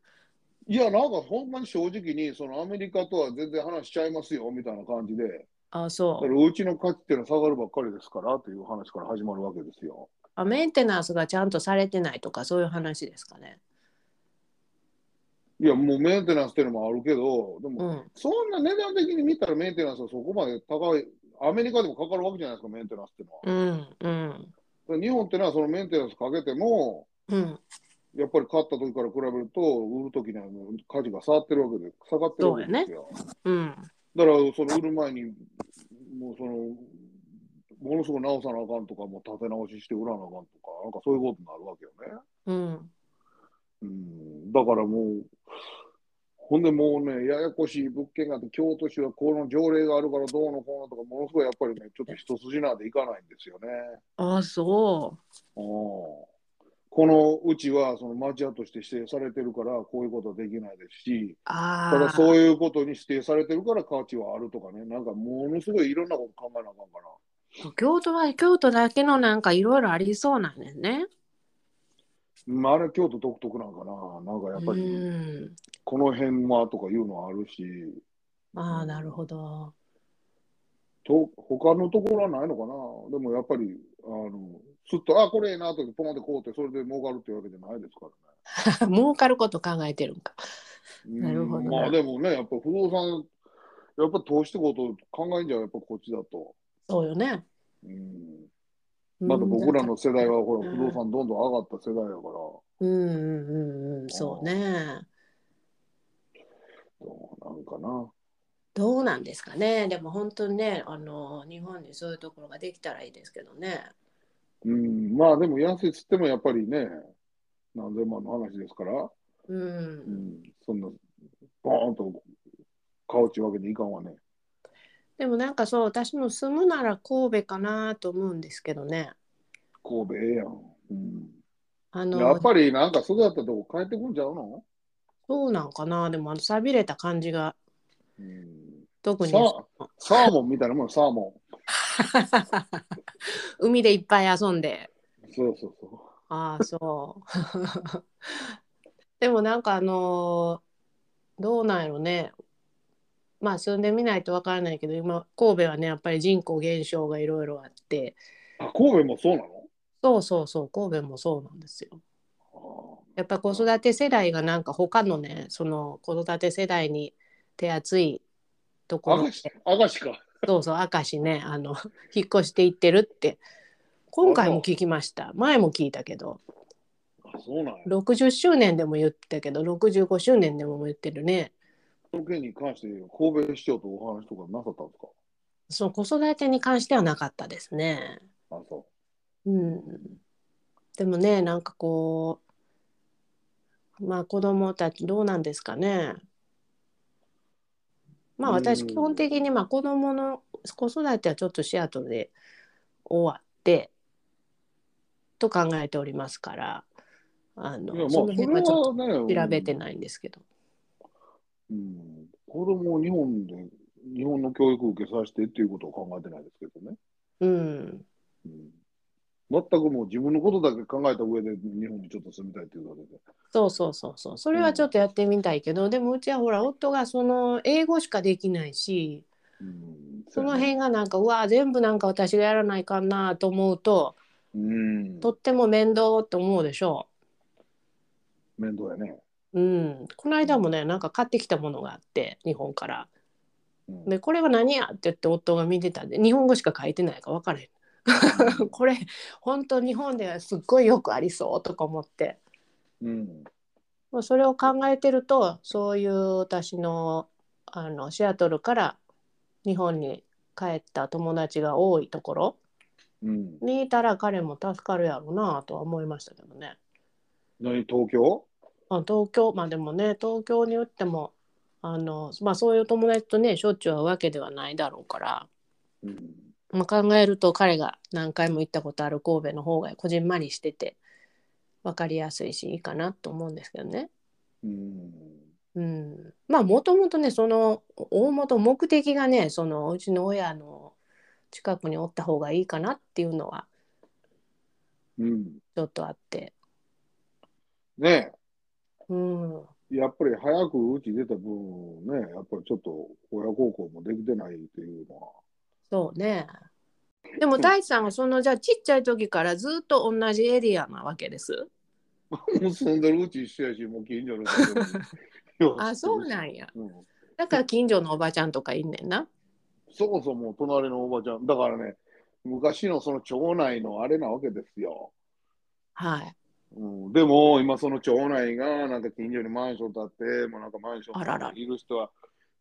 Speaker 2: いや、なんかほんまに正直に、そのアメリカとは全然話しちゃいますよ、みたいな感じで、
Speaker 1: ああ、
Speaker 2: だ
Speaker 1: そ
Speaker 2: か
Speaker 1: う。
Speaker 2: らうちの価値っていうのは下がるばっかりですから、という話から始まるわけですよ。
Speaker 1: あメンテナンスがちゃんとされてないとかそういう話ですかね。
Speaker 2: いや、もうメンテナンスっていうのもあるけど、でも
Speaker 1: うん。
Speaker 2: そんな値段的に見たらメンテナンスはそこまで高い、アメリカでもかかるわけじゃないですか、メンテナンスっていうのは。
Speaker 1: うん。うん。
Speaker 2: 日本ってのはそのメンテナンスかけても、
Speaker 1: うん。
Speaker 2: やっぱり買った時から比べると、売る時にはもう価値が下がってるわけで、下がってるわけですよ。
Speaker 1: うん。
Speaker 2: だから、その売る前に、もうその、ものすごく直さなあかんとか、もう立て直しして売らなあかんとか、なんかそういうことになるわけよね。
Speaker 1: うん。
Speaker 2: うんだからもう、ほんでもうね、ややこしい物件があって、京都市はこの条例があるからどうのこうのとか、ものすごいやっぱりね、ちょっと一筋縄でいかないんですよね。
Speaker 1: ああ、そ
Speaker 2: うんこのうちはその町屋として指定されてるから、こういうことはできないですし、
Speaker 1: う。ああ。
Speaker 2: ただそういうことに指定されてるから価値はあるとかね、なんかものすごいいろんなこと考えなあかんから。
Speaker 1: 京都は京都だけのなんかいろいろありそうなんですね。
Speaker 2: まあ、あれ京都独特なんかな、なんかやっぱり
Speaker 1: うん。
Speaker 2: この辺はとかいうのはあるし、
Speaker 1: ああ、なるほど。
Speaker 2: と他のところはないのかな、でもやっぱり、あのすっと、あこれええなと、ポンってこうって、それで儲かるっていうわけじゃないですからね。
Speaker 1: 儲かること考えてるんか。
Speaker 2: うん
Speaker 1: なるほどね
Speaker 2: まあでもね、やっぱ不動産、やっぱ投資ってことを考えんじゃう、やっぱこっちだと。
Speaker 1: そうよね。
Speaker 2: うん、まだ僕らの世代は、ほら、不動産どんどん上がった世代やから、
Speaker 1: うんうんうんうんそうね
Speaker 2: どうなんかな。
Speaker 1: どうなんですかねでも本当にねあの日本にそういうところができたらいいですけどね
Speaker 2: うん、まあでも安いっつってもやっぱりね、何千万の話ですから、
Speaker 1: うん、
Speaker 2: うん、そんな、ボーンと買うっちゅうわけにいかんわね。
Speaker 1: でもなんかそう私も住むなら神戸かなと思うんですけどね
Speaker 2: 神戸ええやん。うん、
Speaker 1: あ
Speaker 2: や
Speaker 1: の
Speaker 2: っぱりなんか育ったとこ帰ってこんちゃうの、
Speaker 1: そうなんかなでもあのさびれた感じが
Speaker 2: うん、
Speaker 1: 特に
Speaker 2: さサーモンみたいなもん、サーモ
Speaker 1: 海でいっぱい遊んで
Speaker 2: ン。そうそうそ
Speaker 1: ああそう でもなんかあのーどうなんやろねまあ住んでみないとわからないけど今神戸はねやっぱり人口減少がいろいろあって
Speaker 2: う。あ、神戸もそうなの
Speaker 1: そうそうそう神戸もそうなんですよ
Speaker 2: あ
Speaker 1: やっぱ子育て世代がなんか他のねその子育て世代に手厚いとこ
Speaker 2: あ
Speaker 1: ろ
Speaker 2: 明石明石か。
Speaker 1: どうぞ明石ねあの 引っ越していってるって今回も聞きました前も聞いたけど
Speaker 2: あ、そうなんや。
Speaker 1: 60周年でも言ってたけど65周年でも言ってるね
Speaker 2: その件に関して神戸市長とお話とかなさったんですか
Speaker 1: その子育てに関してはなかったですね。
Speaker 2: あ、そ
Speaker 1: うん、でもねなんかこうまあ子供たちどうなんですかね。まあ
Speaker 2: う
Speaker 1: 私
Speaker 2: ん
Speaker 1: 基本的にまあ子供の子育てはちょっとシアトルで終わってと考えておりますからあ
Speaker 2: う。いや、ま
Speaker 1: の
Speaker 2: あ、
Speaker 1: その
Speaker 2: それ
Speaker 1: 辺はちょっ
Speaker 2: は
Speaker 1: と
Speaker 2: ね、
Speaker 1: 調べて
Speaker 2: い。
Speaker 1: ないんですけど。
Speaker 2: うん。子供を日本で、日本の教育を受けさせてっていうことを考えてないですけどね。
Speaker 1: うん
Speaker 2: うん。全くもう自分のことだけ考えた上で日本にちょっと住みたいっていうだけで。
Speaker 1: そうそうそうそうそれはちょっとやってみたいけど、でもうちはほら夫がその英語しかできないし
Speaker 2: うん。
Speaker 1: その
Speaker 2: うやね
Speaker 1: 辺がなんかうわ全部なんか私がやらないかなと思うと
Speaker 2: うん。
Speaker 1: とっても面倒って思うでしょ
Speaker 2: 面倒やね。
Speaker 1: う。うん、この間もねなんか買ってきたものがあって日本から
Speaker 2: うん
Speaker 1: でこれは何やって言って夫が見てたんで日本語しか書いてないから分からへん これ本当日本ではすっごいよくありそうとか思って
Speaker 2: うん。
Speaker 1: まあそれを考えてるとそういう私のあのシアトルから日本に帰った友達が多いところ
Speaker 2: うん。
Speaker 1: にいたら彼も助かるやろうなとは思いましたけどね。
Speaker 2: 何、東京
Speaker 1: あ東京まあでもね東京に打ってもあの、まあ、そういう友達とねしょっちゅう会うわけではないだろうから、
Speaker 2: うん。
Speaker 1: まあ、考えると彼が何回も行ったことある神戸の方がこじんまりしてて分かりやすいしいいかなと思うんですけどね。
Speaker 2: うん。
Speaker 1: うん、まあもともとねその大元目的がねそのうちの親の近くにおった方がいいかなっていうのは
Speaker 2: うん。
Speaker 1: ちょっとあって、
Speaker 2: ねえ。
Speaker 1: うん、
Speaker 2: やっぱり早くうち出た分ね、やっぱりちょっと親孝行もできてないっていうのは。
Speaker 1: そうねでも大地さんはそのじゃあちっちゃい時からずっと同じエリアなわけです
Speaker 2: もう 住んでるうち一緒やし、もう近所の人でも
Speaker 1: あそうなんんや
Speaker 2: うん、
Speaker 1: だから近所のおばちゃんとかいんねんな
Speaker 2: そもそも隣のおばちゃん、だからね、昔のその町内のあれなわけですよ。
Speaker 1: はい
Speaker 2: うん、でも、今その町内が、なんか近所にマンション建って、もうなんかマンション
Speaker 1: あらら
Speaker 2: いる人は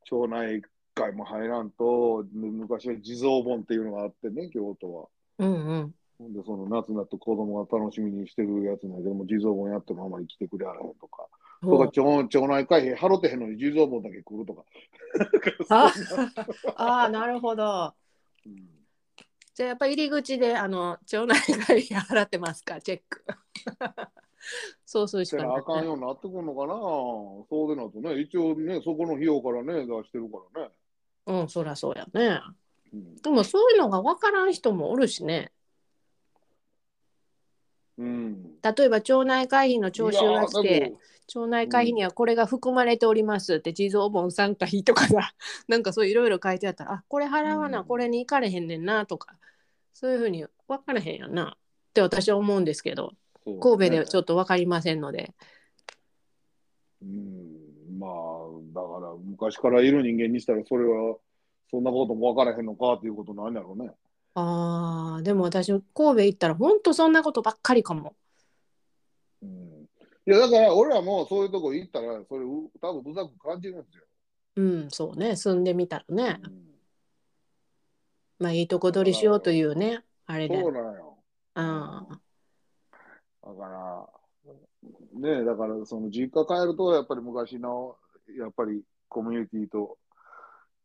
Speaker 2: 町内一回も入らんと、む昔は地蔵盆っていうのがあってね、京都は。
Speaker 1: うんうん
Speaker 2: ほんで、その夏になって子供が楽しみにしてるやつなんやけども、地蔵盆やってもあんまり来てくれはらへんとか、とか町町内会費払ってへんのに地蔵盆だけ来るとか。
Speaker 1: ああーなるほど
Speaker 2: うん
Speaker 1: じゃあやっぱり入り口であの町内会費払ってますかチェック そうするし
Speaker 2: せ
Speaker 1: か
Speaker 2: な
Speaker 1: な
Speaker 2: あ
Speaker 1: い
Speaker 2: かんようになってくるのかな、そうでなとね、一応ね、そこの費用からね、出してるからね。
Speaker 1: うんそりゃそうやね
Speaker 2: うん
Speaker 1: でもそういうのが分からん人もおるしね
Speaker 2: うん、
Speaker 1: 例えば町内会費の徴収が来
Speaker 2: いやーで
Speaker 1: て
Speaker 2: も
Speaker 1: 町内会費にはこれが含まれておりますって地蔵盆参加費とかさ なんかそういろいろ書いてあったらあこれ払わな、
Speaker 2: うん
Speaker 1: これに行かれへんねんなとかそういうふうに分からへんやんなって私は思うんですけど
Speaker 2: そう
Speaker 1: 神戸でちょ
Speaker 2: っと、
Speaker 1: っと分かりませんので、
Speaker 2: うん。まあ、だから、昔からいる人間にしたら、それは、そんなことも分からへんのかっていうことなんやろうね。
Speaker 1: あーでも私神戸行ったらほんとそんなことばっかりかも
Speaker 2: うん、いや、だから、俺らもそういうとこ行ったら、それ、う多分うざく感じるんですよ。
Speaker 1: うんそうね住んでみたらね、
Speaker 2: う
Speaker 1: まあいいとこ取りしようというねあれ
Speaker 2: ん、
Speaker 1: で
Speaker 2: そうなんよ。
Speaker 1: あー
Speaker 2: だから、ねえだから、その実家帰ると、やっぱり昔の、やっぱりコミュニティと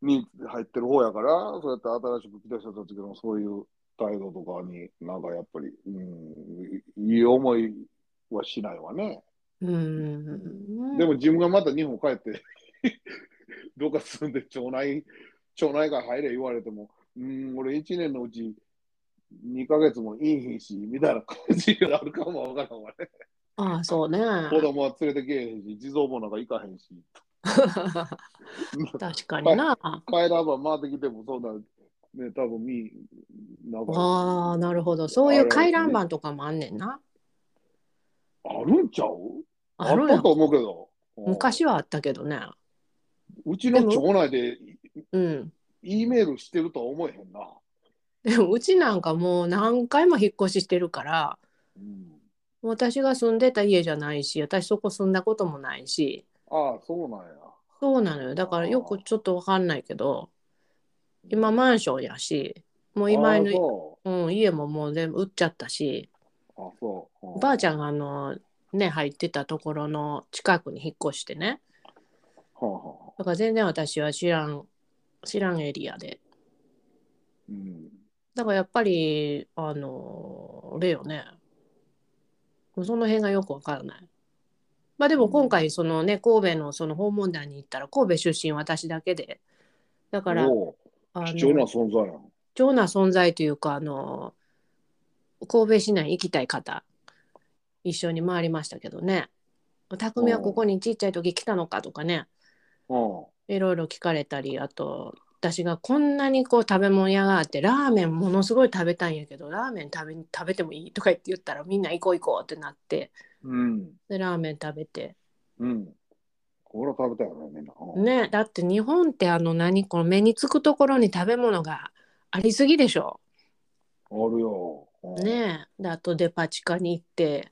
Speaker 2: に入ってる方やから、そうやって新しく来た人たちのそういう態度とかに、なんかやっぱり、うん、いい思いはしないわね。
Speaker 1: うん。
Speaker 2: でも自分がまた日本帰って、 どっか住んで町内、町内会入れ言われても、うん、俺1年のうち2ヶ月もいいひんし、みたいな感じがあるかもわからんわね。
Speaker 1: ああ、そうね。
Speaker 2: 子供は連れてけえへんし、地蔵もなんか行かへんし、
Speaker 1: 確かにな。
Speaker 2: 帰らば回ってきてもそうだ、ね、多分み、なんか、
Speaker 1: ああ、なるほど。そういう回覧板とかもあんねんな。
Speaker 2: あるんちゃう
Speaker 1: ある
Speaker 2: っ
Speaker 1: や
Speaker 2: た
Speaker 1: ん
Speaker 2: と。思うけど。うん
Speaker 1: 昔はあったけどね。
Speaker 2: うちの町内で
Speaker 1: うん。
Speaker 2: E メールしてるとは思えへんな。
Speaker 1: でもうちなんかもう何回も引っ越ししてるから、
Speaker 2: うん、
Speaker 1: 私が住んでた家じゃないし、私そこ住んだこともないし、
Speaker 2: ああ、そうなんや。
Speaker 1: そうなのよ。だからよくちょっとわかんないけど、今マンションやし、もう今
Speaker 2: ああ
Speaker 1: の、
Speaker 2: そ
Speaker 1: うん、家ももう全部売っちゃったし、
Speaker 2: う。あそう。う
Speaker 1: ばあちゃんがあのね入ってたところの近くに引っ越してね
Speaker 2: はあはあはあ
Speaker 1: だから全然私は知らん知らんエリアで
Speaker 2: うん。
Speaker 1: だからやっぱりあのあれよねその辺がよくわからないまあでも今回そのね神戸のその訪問団に行ったら神戸出身私だけでだから
Speaker 2: おう
Speaker 1: あ
Speaker 2: 貴重な
Speaker 1: の貴
Speaker 2: 存在やん。
Speaker 1: 重な存在というかあの神戸市内行きたい方一緒に回りましたけどね匠はここにちっちゃい時来たのかとかね
Speaker 2: うん。
Speaker 1: いろいろ聞かれたりあと私がこんなにこう食べ物屋があってラーメンものすごい食べたいんやけどラーメン食べ食べてもいいとか言って言ったらみんな行こう行こうってなって
Speaker 2: うん。
Speaker 1: でラーメン食べて
Speaker 2: うん。これは食べたよね、みんな。うん
Speaker 1: ねだって日本ってあの何この目につくところに食べ物がありすぎでしょ
Speaker 2: あるよ。うん。
Speaker 1: ねえであとデパ地下に行って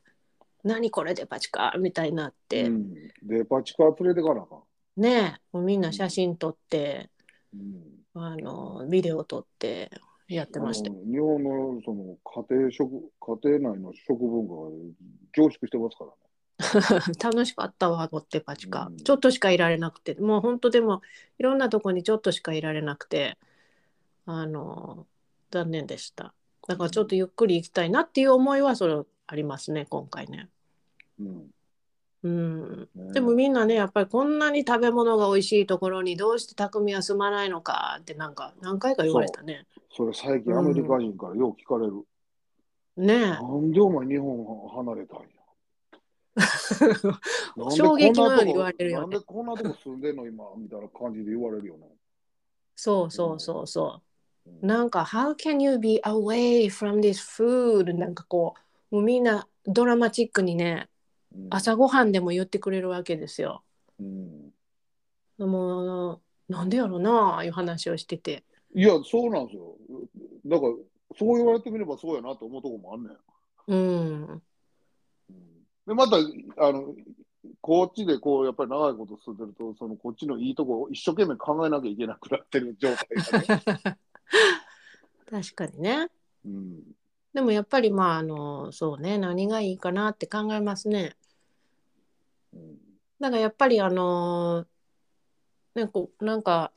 Speaker 1: 何これデパ地下みたいになって、
Speaker 2: うん、デパ地下連れてかなあかん。
Speaker 1: ねえもうみんな写真撮って
Speaker 2: うん。
Speaker 1: あのビデオ撮ってやってました
Speaker 2: あの日本のその家庭食、家庭内の食文化が凝縮してますからね。
Speaker 1: 楽しかったわ持ってパチカ、
Speaker 2: うん
Speaker 1: ちょっとしかいられなくてもう本当でもいろんなとこにちょっとしかいられなくてあの残念でしただからちょっとゆっくり行きたいなっていう思いはそれありますね今回ね
Speaker 2: うん
Speaker 1: うん
Speaker 2: ね
Speaker 1: でもみんなねやっぱりこんなに食べ物が美味しいところにどうして匠は住まないのかってなんか何回か言われたね
Speaker 2: それ最近アメリカ人からよう聞かれる。
Speaker 1: ね
Speaker 2: なんでお前日本離れたんや。なんで
Speaker 1: 衝撃のように
Speaker 2: こんなとこ
Speaker 1: 言われるよね
Speaker 2: なんでこんなとこ住んでんの今みたいな感じで言われるよね。
Speaker 1: そうそうそうそう
Speaker 2: うん
Speaker 1: なんか「How can you be away from this food?」なんかこうもうみんなドラマチックにね
Speaker 2: うん
Speaker 1: 朝ごはんでも言ってくれるわけですよ。
Speaker 2: うん
Speaker 1: もうなんでやろなあいう話をしてて
Speaker 2: いや、そうなんですよ。だから、そう言われてみればそうやなと思うとこもあんねん。
Speaker 1: うん
Speaker 2: で、また、あの、こっちでこう、やっぱり長いこと住んでると、そのこっちのいいとこを一生懸命考えなきゃいけなくなってる状態がね、
Speaker 1: 確かにね
Speaker 2: うん。
Speaker 1: でもやっぱりまああのそうね何がいいかなって考えますね。
Speaker 2: うん。
Speaker 1: だからやっぱりあのーねこうなんか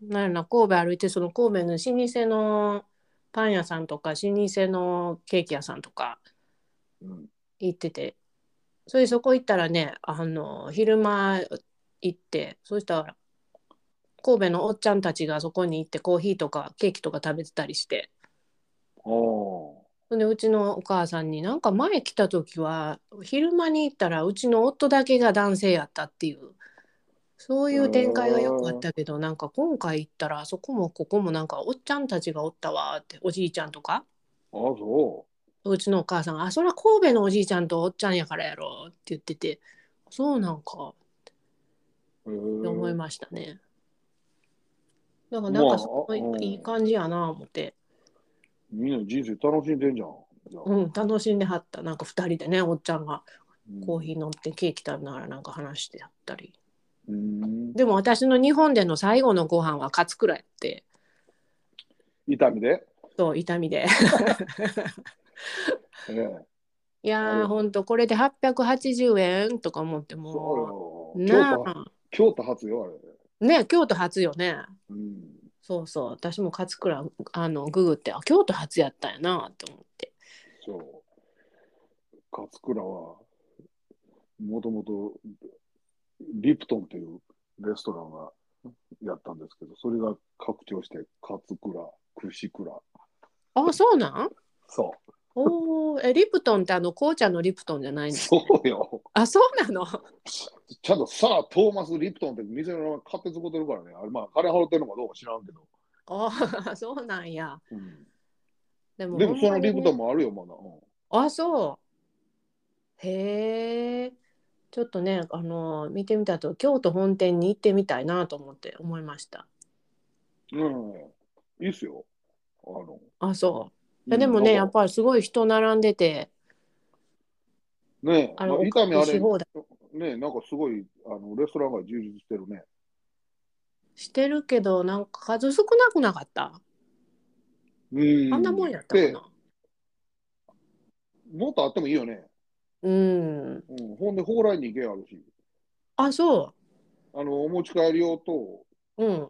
Speaker 1: なんやろな神戸歩いてその神戸の老舗のパン屋さんとか老舗のケーキ屋さんとか
Speaker 2: うん。
Speaker 1: 行っててそれでそこ行ったらねあの昼間行ってそしたら神戸のおっちゃんたちがそこに行ってコーヒーとかケーキとか食べてたりして
Speaker 2: ああ。
Speaker 1: ほんでうちのお母さんになんか前来た時は昼間に行ったらうちの夫だけが男性やったっていうそういう展開がよくあったけどなんか今回行ったらあそこもここもなんかおっちゃんたちがおったわーっておじいちゃんとか
Speaker 2: ああ、そう
Speaker 1: ちのお母さんが「あそら神戸のおじいちゃんとおっちゃんやからやろ」って言っててそうなんか
Speaker 2: う。へ
Speaker 1: っ
Speaker 2: え
Speaker 1: て思いましたね。だから
Speaker 2: ま
Speaker 1: な
Speaker 2: あ
Speaker 1: んかすごい
Speaker 2: あうん
Speaker 1: いい感じやな思って、
Speaker 2: みんな人生楽しんでんじゃん。じゃあ
Speaker 1: うん、楽しんではったなんか2人でねおっちゃんが
Speaker 2: うん
Speaker 1: コーヒー飲んでケーキ食べながらなんか話してやったり
Speaker 2: うん。
Speaker 1: でも私の日本での最後のご飯はカツクラやって
Speaker 2: 痛みで。
Speaker 1: そう痛みで
Speaker 2: ええ。
Speaker 1: いや
Speaker 2: う
Speaker 1: ー
Speaker 2: ん
Speaker 1: ほんとこれで880円とか思っても
Speaker 2: そううよ。京
Speaker 1: な
Speaker 2: 都、
Speaker 1: あ
Speaker 2: 京都発よ、あれ。
Speaker 1: ね京都初よね
Speaker 2: うん。
Speaker 1: そうそう私も勝倉あのググってあ京都初やったんやなと思って
Speaker 2: そう。勝倉は、もともと、リプトンというレストランがやったんですけど、それが拡張して、勝倉、串倉。
Speaker 1: あそうなん
Speaker 2: そ。
Speaker 1: おーえリプトンってあの紅茶のリプトンじゃないうの
Speaker 2: そうよ。
Speaker 1: あそうなの
Speaker 2: ちゃんとさあ、トーマス・リプトンって店の名前勝手に使ってるからね。あれ、まあ、金払ってるのかどうか知らんけど。
Speaker 1: あそうなんや
Speaker 2: うん
Speaker 1: でも
Speaker 2: でも、そ
Speaker 1: ほ
Speaker 2: の
Speaker 1: んま
Speaker 2: リ
Speaker 1: にね
Speaker 2: プトンもあるよ、まだ。うん
Speaker 1: あそうへえちょっとねあの見てみたと京都本店に行ってみたいなと思って思いました
Speaker 2: うん、いいっすよ。あの、
Speaker 1: あそういやでもねやっ
Speaker 2: ぱ
Speaker 1: ぱりすごい人並んでて
Speaker 2: り。ねえ、
Speaker 1: あ
Speaker 2: あ
Speaker 1: の
Speaker 2: の痛みあ
Speaker 1: お
Speaker 2: れ
Speaker 1: し、放題
Speaker 2: ねえ、なんかすごい、あのレストランが充実してるね。
Speaker 1: してるけどなんか数少なくなかった
Speaker 2: うん。
Speaker 1: あんなもんやったか
Speaker 2: で
Speaker 1: な
Speaker 2: もっとあってもいいよね。
Speaker 1: うん
Speaker 2: うん、ほんで、蓬莱に行けあるし、
Speaker 1: あそ
Speaker 2: あの、お持ち帰り用と、
Speaker 1: ううん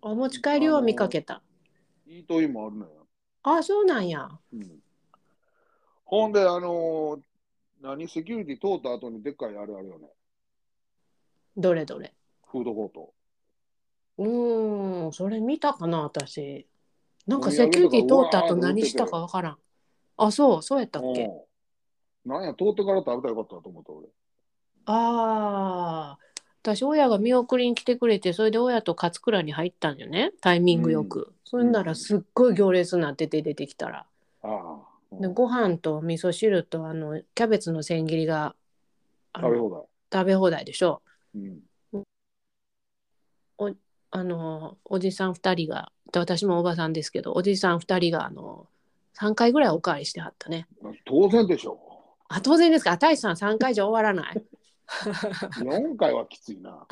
Speaker 1: お持ち帰りは見かけた
Speaker 2: イートインもあるのよ。
Speaker 1: あそうなんや
Speaker 2: うん。ほんで、あの何、セキュリティ通った後にでっかいあれあるよね。
Speaker 1: どれどれ
Speaker 2: フードコート。
Speaker 1: うーんそれ見たかな私なんかセキュリティ通った後何したかわからんあそうそうやったっけ
Speaker 2: うん。なんや、通ってから食べたらよかったと思った、俺。
Speaker 1: ああ、私、親が見送りに来てくれて、それで親と勝倉に入ったんよね、タイミングよく。それなら、すっごい行列になってて出てきたら。
Speaker 2: ああ。うん
Speaker 1: で、ご飯と味噌汁と、あの、キャベツの千切りが、あの
Speaker 2: 食べ放題。
Speaker 1: 食べ放題でしょ。
Speaker 2: うん。
Speaker 1: あの、おじさん2人が、で私もおばさんですけど、おじさん2人が、あの、3回ぐらいおかわりしてはったね。
Speaker 2: 当然で しょ
Speaker 1: あ、当然ですか、大志さん3回じゃ終わらない。
Speaker 2: う。4回はきついな。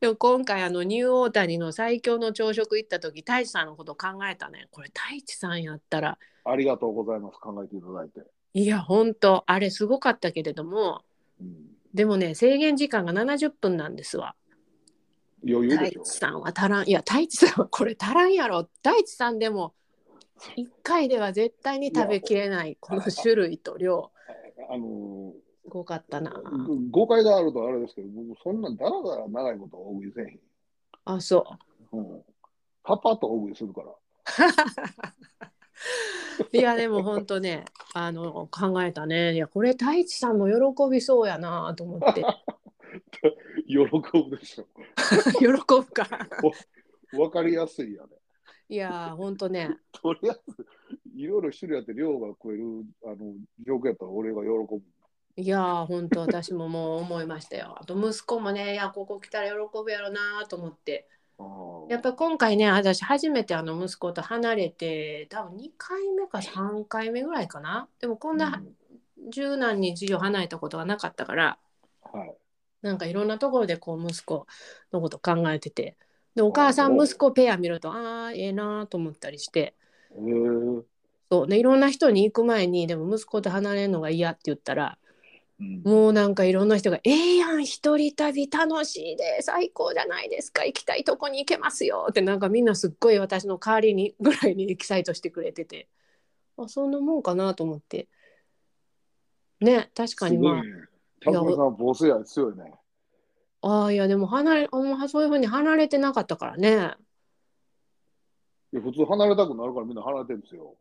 Speaker 1: でも今回あのニューオータニの最強の朝食行った時太一さんのこと考えたねこれ太一さんやったら
Speaker 2: ありがとうございます。考えていただいて。
Speaker 1: いやほんとあれすごかったけれども
Speaker 2: うん、
Speaker 1: でもね制限時間が70分なんですわ
Speaker 2: 余裕
Speaker 1: 太
Speaker 2: でし
Speaker 1: 一
Speaker 2: ょ
Speaker 1: さんは足らんいや太一さんはこれ足らんやろ太一さんでも1回では絶対に食べきれないこの種類と量
Speaker 2: う。あの
Speaker 1: すごかったな
Speaker 2: ーぐ誤解があるとあれですけど、僕、そんなだらだら長いこと大食いせえ
Speaker 1: あそう
Speaker 2: へん。うん。パパと大食いするから。
Speaker 1: いやでも本当ねあの考えたねいやこれ太一さんも喜びそうやなと思って
Speaker 2: 喜ぶでしょ。
Speaker 1: 喜ぶか
Speaker 2: わかりやすいやね。
Speaker 1: いや本当ね
Speaker 2: とりあえず、いろいろ種類あって量が超える、あの、条件やったら俺が喜ぶ。
Speaker 1: いや本当私ももう思いましたよあと息子もねいやここ来たら喜ぶやろなと思って
Speaker 2: ああ
Speaker 1: やっぱ今回ね私初めてあの息子と離れて多分2回目か3回目ぐらいかなでもこんな十何日以上離れたことがなかったから、
Speaker 2: うんはい。
Speaker 1: なんかいろんなところでこう息子のこと考えててでお母さん
Speaker 2: お
Speaker 1: 息子ペア見るとああええなーと思ったりして
Speaker 2: えー
Speaker 1: そうでいろんな人に行く前にでも息子と離れるのが嫌って言ったら
Speaker 2: うん、
Speaker 1: もうなんかいろんな人が「ええやん一人旅楽しいで最高じゃないですか行きたいとこに行けますよ」ってなんかみんなすっごい私の代わりにぐらいにエキサイトしてくれててあそんなもんかなと思ってね確かに
Speaker 2: すご
Speaker 1: ま
Speaker 2: い
Speaker 1: あ
Speaker 2: ね。田村さん、ボスや強いね。
Speaker 1: ああいやでも離れあんまそういうふうに離れてなかったからね。
Speaker 2: いや普通離れたくなるからみんな離れてるんですよ。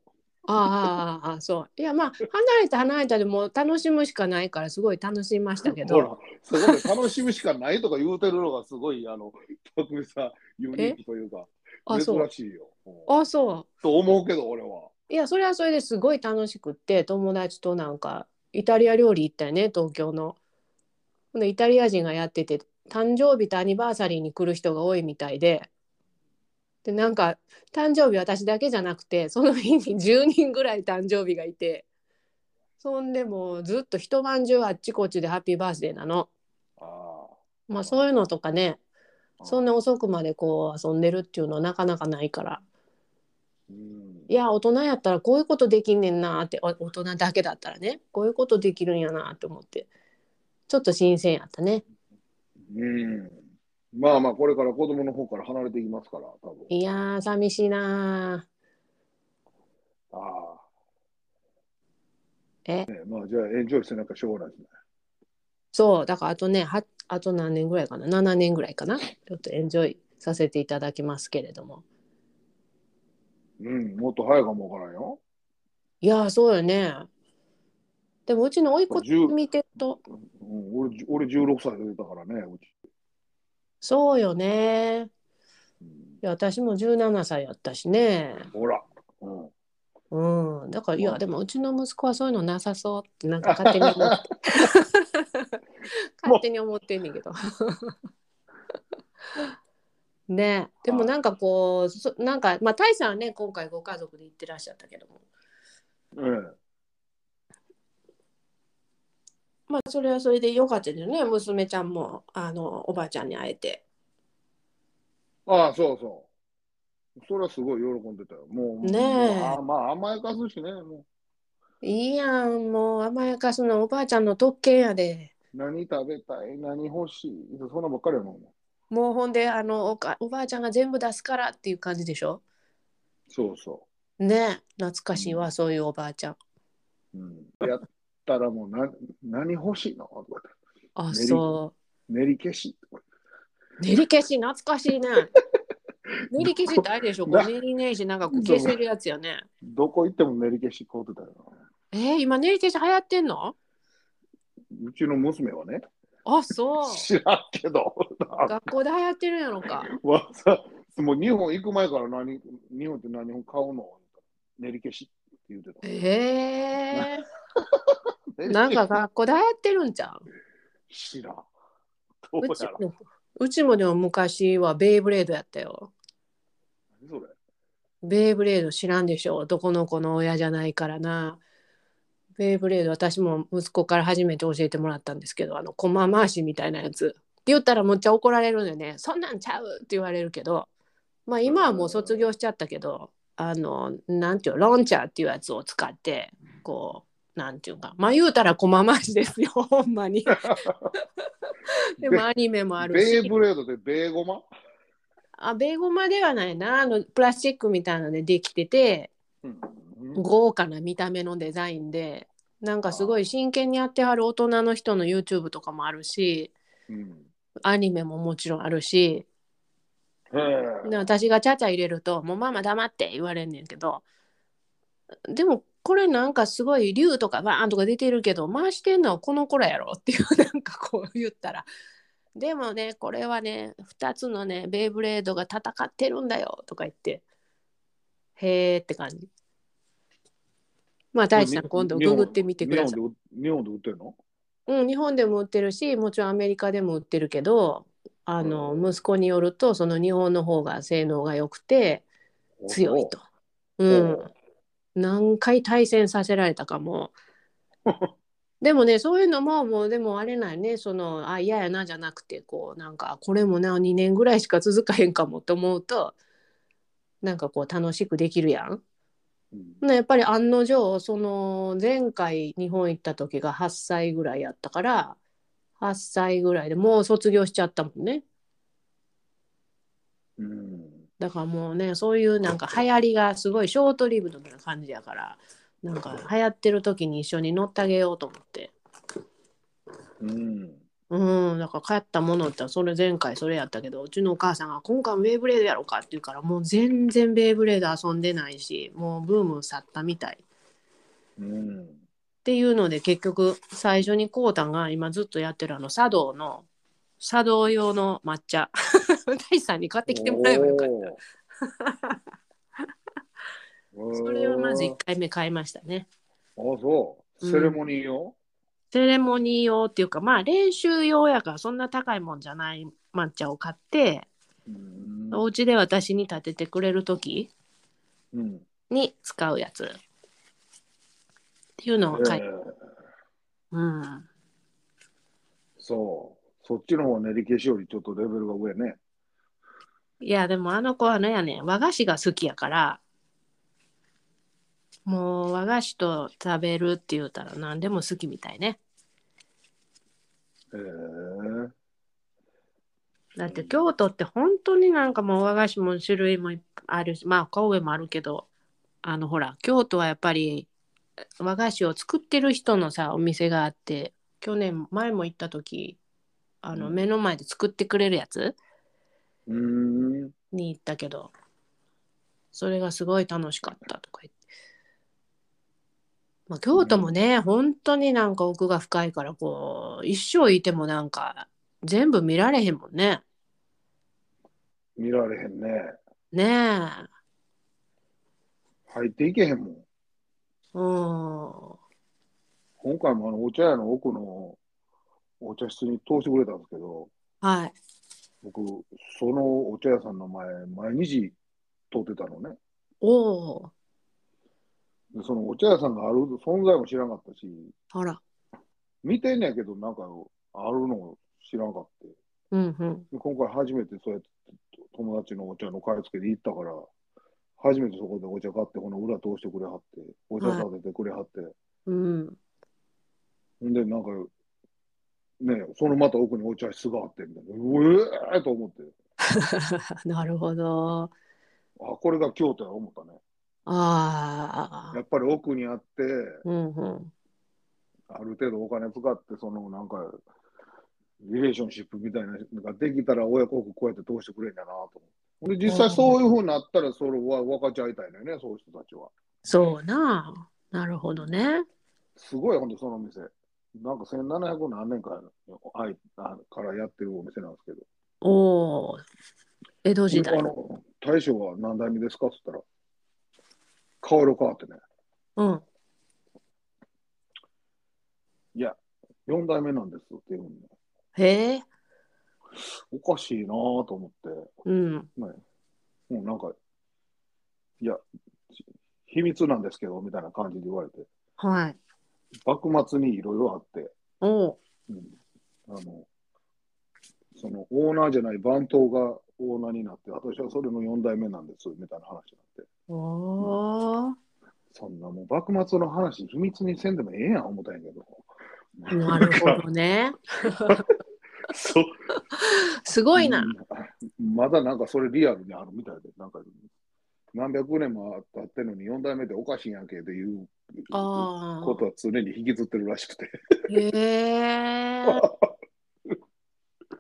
Speaker 1: ああああそういやまあ離れた離れたでもう楽しむしかないからすごい楽しみましたけ
Speaker 2: ほら
Speaker 1: ど、
Speaker 2: そこで楽しむしかないとか言うてるのがすごい、あの、匠さん、ユニークというか、
Speaker 1: あ
Speaker 2: 珍
Speaker 1: そう
Speaker 2: しいよ。うん
Speaker 1: あそ
Speaker 2: と思うけど、俺は。
Speaker 1: ういやそれはそれですごい楽しくって友達となんかイタリア料理行ったよね東京のほんでイタリア人がやってて誕生日とアニバーサリーに来る人が多いみたいででなんか誕生日私だけじゃなくてその日に10人ぐらい誕生日がいてそんでもうずっと一晩中あっちこっちでハッピーバースデーなの。
Speaker 2: あ
Speaker 1: まあそういうのとかね
Speaker 2: あ。
Speaker 1: そんな遅くまでこう遊んでるっていうのはなかなかないから
Speaker 2: うん
Speaker 1: いや大人やったらこういうことできんねんなーってお大人だけだったらねこういうことできるんやなーって思ってちょっと新鮮やったね
Speaker 2: うん。まあまあ、これから子供の方から離れていきますから、多分。
Speaker 1: いやー、寂しいな
Speaker 2: ああ。
Speaker 1: え
Speaker 2: ね、まあ、じゃあ、エンジョイしてなんかしょうがないですね。
Speaker 1: ー。そう、だからあとね、はあと何年ぐらいかな、7年ぐらいかな、ちょっとエンジョイさせていただきますけれども。
Speaker 2: うん、もっと早いかもわからんよ。
Speaker 1: いやー、そうよね。でもうちの甥いっ子
Speaker 2: 10
Speaker 1: 見てると、
Speaker 2: うん、俺、俺16歳で出たからね、うち。
Speaker 1: そうよね。い
Speaker 2: うん
Speaker 1: や、私も17歳やったしね。
Speaker 2: ほら。うん。
Speaker 1: うん、だから、い
Speaker 2: うん
Speaker 1: や、でも、うちの息子はそういうのなさそうって、 なんか勝手に思って。勝手に思ってんねんけど。 ねえ、でも、なんかこう、そなんか、まあ、タイさんはね、今回ご家族で行ってらっしゃったけども。
Speaker 2: え
Speaker 1: まあ、それはそれでよかったですよね、娘ちゃんも、あの、おばあちゃんに会えて。
Speaker 2: え。ああ、そうそう。それはすごい喜んでたよ。もう、
Speaker 1: ねえ
Speaker 2: もうあまあ、甘やかすしね、も
Speaker 1: いいやん、もう甘やかすのおばあちゃんの特権やで。
Speaker 2: う、何食べたい、何欲しい、そんなばっかりやもん。
Speaker 1: もうほんで、あのおか、おばあちゃんが全部出すからっていう感じでしょ。
Speaker 2: そうそ
Speaker 1: ねえ、懐かしいわ、
Speaker 2: うん
Speaker 1: そういうおばあちゃん。
Speaker 2: う。うん、やったらもうな、何欲しいのとかって
Speaker 1: あ、
Speaker 2: 練り
Speaker 1: そう。
Speaker 2: 練り消しとか
Speaker 1: 練り消し懐かしい ね。練り消しってあれでしょこ
Speaker 2: な
Speaker 1: う練りねえしなんかこう消せるやつよね。
Speaker 2: どこ行っても練り消し買うてたよ
Speaker 1: えー、今練り消し流行ってんの
Speaker 2: な。うちの娘はね、
Speaker 1: あそう。
Speaker 2: 知らんけど、
Speaker 1: 学校で流行ってるんやろか。
Speaker 2: わざもう日本行く前から何、日本って何本買うの練り消しって言うてた。
Speaker 1: えー、
Speaker 2: 練り消し
Speaker 1: なんか学校で流行ってるんじゃん。
Speaker 2: 知らん。どう
Speaker 1: うち
Speaker 2: やら。
Speaker 1: もうちもでも昔はベイブレードやったよ。
Speaker 2: 何それ
Speaker 1: ベイブレード知らんでしょ男の子の親じゃないからな。ベイブレード私も息子から初めて教えてもらったんですけどあの駒回しみたいなやつって言ったらむっちゃ怒られるのよね「そんなんちゃう!」って言われるけどまあ今はもう卒業しちゃったけどあのなんていうのロンチャーっていうやつを使ってこうなんていうかまあ言うたら駒回しですよ ほんまに。でもアニメもあるし。
Speaker 2: ベイブレードでベーゴマ
Speaker 1: あベーゴマではないなあのプラスチックみたいなのでできてて
Speaker 2: うん
Speaker 1: 豪華な見た目のデザインでなんかすごい真剣にやってはる大人の人の YouTube とかもあるし
Speaker 2: うん。
Speaker 1: アニメももちろんあるし
Speaker 2: へえ
Speaker 1: で私がちゃちゃ入れると「もうママ黙って」言われんねんけどでもこれなんかすごい竜とかバーンとか出てるけど回してんのはこの子らやろっていうなんかこう言ったら。でもねこれはね2つのねベイブレードが戦ってるんだよとか言ってへーって感じまあ大地さん今度ググってみてください
Speaker 2: 日本で日本で売ってるの
Speaker 1: うん、日本でも売ってるしもちろんアメリカでも売ってるけどあの、
Speaker 2: うん
Speaker 1: 息子によるとその日本の方が性能が良くて強いと。う、
Speaker 2: うん
Speaker 1: 何回対戦させられたかも。でもねそういうのももうでもあれないねそのあ嫌やなじゃなくてこうなんかこれもな2年ぐらいしか続かへんかもと思うとなんかこう楽しくできるやん。
Speaker 2: うん
Speaker 1: ね、やっぱり案の定その前回日本行った時が8歳ぐらいやったから8歳ぐらいでもう卒業しちゃったもんね
Speaker 2: うん
Speaker 1: だからもうねそういうなんか流行りがすごいショートリブドな感じやからなんか流行ってる時に一緒に乗ってあげようと思って
Speaker 2: うん
Speaker 1: うんだから買ったものってそれ前回それやったけどうちのお母さんが「今回もベイブレードやろうか」って言うからもう全然ベイブレード遊んでないしもうブーム去ったみたい。
Speaker 2: うん
Speaker 1: っていうので結局最初にこうたんが今ずっとやってるあの茶道の茶道用の抹茶 大地さんに買ってきてもらえばよかった
Speaker 2: お ー
Speaker 1: それをまず1回目買いましたね
Speaker 2: あそ
Speaker 1: う
Speaker 2: う。
Speaker 1: ん
Speaker 2: セレモニーよ。
Speaker 1: セレモニー用っていうかまあ練習用やからそんな高いもんじゃない抹茶を買って
Speaker 2: うん
Speaker 1: お家で私に立ててくれる時
Speaker 2: うん。
Speaker 1: に使うやつっていうのを買い、
Speaker 2: えー
Speaker 1: うん
Speaker 2: そう。そっちの方は練り消しよりちょっとレベルが上ね。
Speaker 1: いやでもあの子はねやね和菓子が好きやからもう和菓子と食べるって言うたら何でも好きみたいね
Speaker 2: えー
Speaker 1: だって京都って本当になんかもう和菓子も種類もいっぱいあるしまあ神戸もあるけどあのほら京都はやっぱり和菓子を作ってる人のさお店があって去年前も行った時あの
Speaker 2: うん
Speaker 1: 目の前で作ってくれるやつ
Speaker 2: うーん。
Speaker 1: に行ったけどそれがすごい楽しかったとか言って。まあ、京都もね、本当になんか奥が深いからこう一生いてもなんか全部見られへんもんね。
Speaker 2: 見られへんね。
Speaker 1: ねえ。
Speaker 2: 入っていけへんもん。
Speaker 1: うん。
Speaker 2: 今回もあのお茶屋の奥のお茶室に通してくれたんですけど、
Speaker 1: はい。
Speaker 2: 僕、そのお茶屋さんの前、毎日通ってたのね。
Speaker 1: おお。
Speaker 2: でそのお茶屋さんがある存在も知らなかったし、
Speaker 1: あら。
Speaker 2: 見てんねやけど、なんかあるのも知らなかった。
Speaker 1: うんうん。
Speaker 2: で今回初めてそうやって友達のお茶の買い付けで行ったから、初めてそこでお茶買って、この裏通してくれはって、お茶立ててくれはって、
Speaker 1: うん。
Speaker 2: んで、なんか、ね、そのまた奥にお茶室があって、みたいな、うえーと思って、
Speaker 1: なるほど。
Speaker 2: あ、これが京都や思ったね。
Speaker 1: ああ
Speaker 2: や。っぱり奥にあって、
Speaker 1: うんうん。
Speaker 2: ある程度お金使って、そのなんか、リレーションシップみたいなのができたら、親子こうやって通してくれんだなと思って。で、実際そういうふうになったら、それは分かち合いたいのよね、そういう人たちは。
Speaker 1: そうな。なるほどね。
Speaker 2: すごい、ほんとその店。なんか1700何年かあいあからやってるお店なんですけど。
Speaker 1: おお。江戸時代
Speaker 2: あ。の大将は何代目ですかって言ったら、顔色変わってね、
Speaker 1: うん。
Speaker 2: いや、4代目なんですって言うんで、
Speaker 1: へえ。
Speaker 2: おかしいなぁと思って、
Speaker 1: うん。
Speaker 2: もうなんか、いや、秘密なんですけどみたいな感じで言われて、
Speaker 1: はい。
Speaker 2: 幕末にいろいろあって、
Speaker 1: おお。
Speaker 2: うんあの、そのオーナーじゃない番頭がオーナーになって、私はそれの4代目なんですみたいな話になって、
Speaker 1: おお。
Speaker 2: そんなもう幕末の話、秘密にせんでもええやん思ったんやけど。
Speaker 1: なるほど ね。
Speaker 2: そう
Speaker 1: すごいな。
Speaker 2: うんまだなんかそれリアルにあるみたいで、なんか何百年も経ってんのに4代目でおかしいんやんけっていうこ
Speaker 1: ああ。
Speaker 2: とは常に引きずってるらしくて。
Speaker 1: へ え。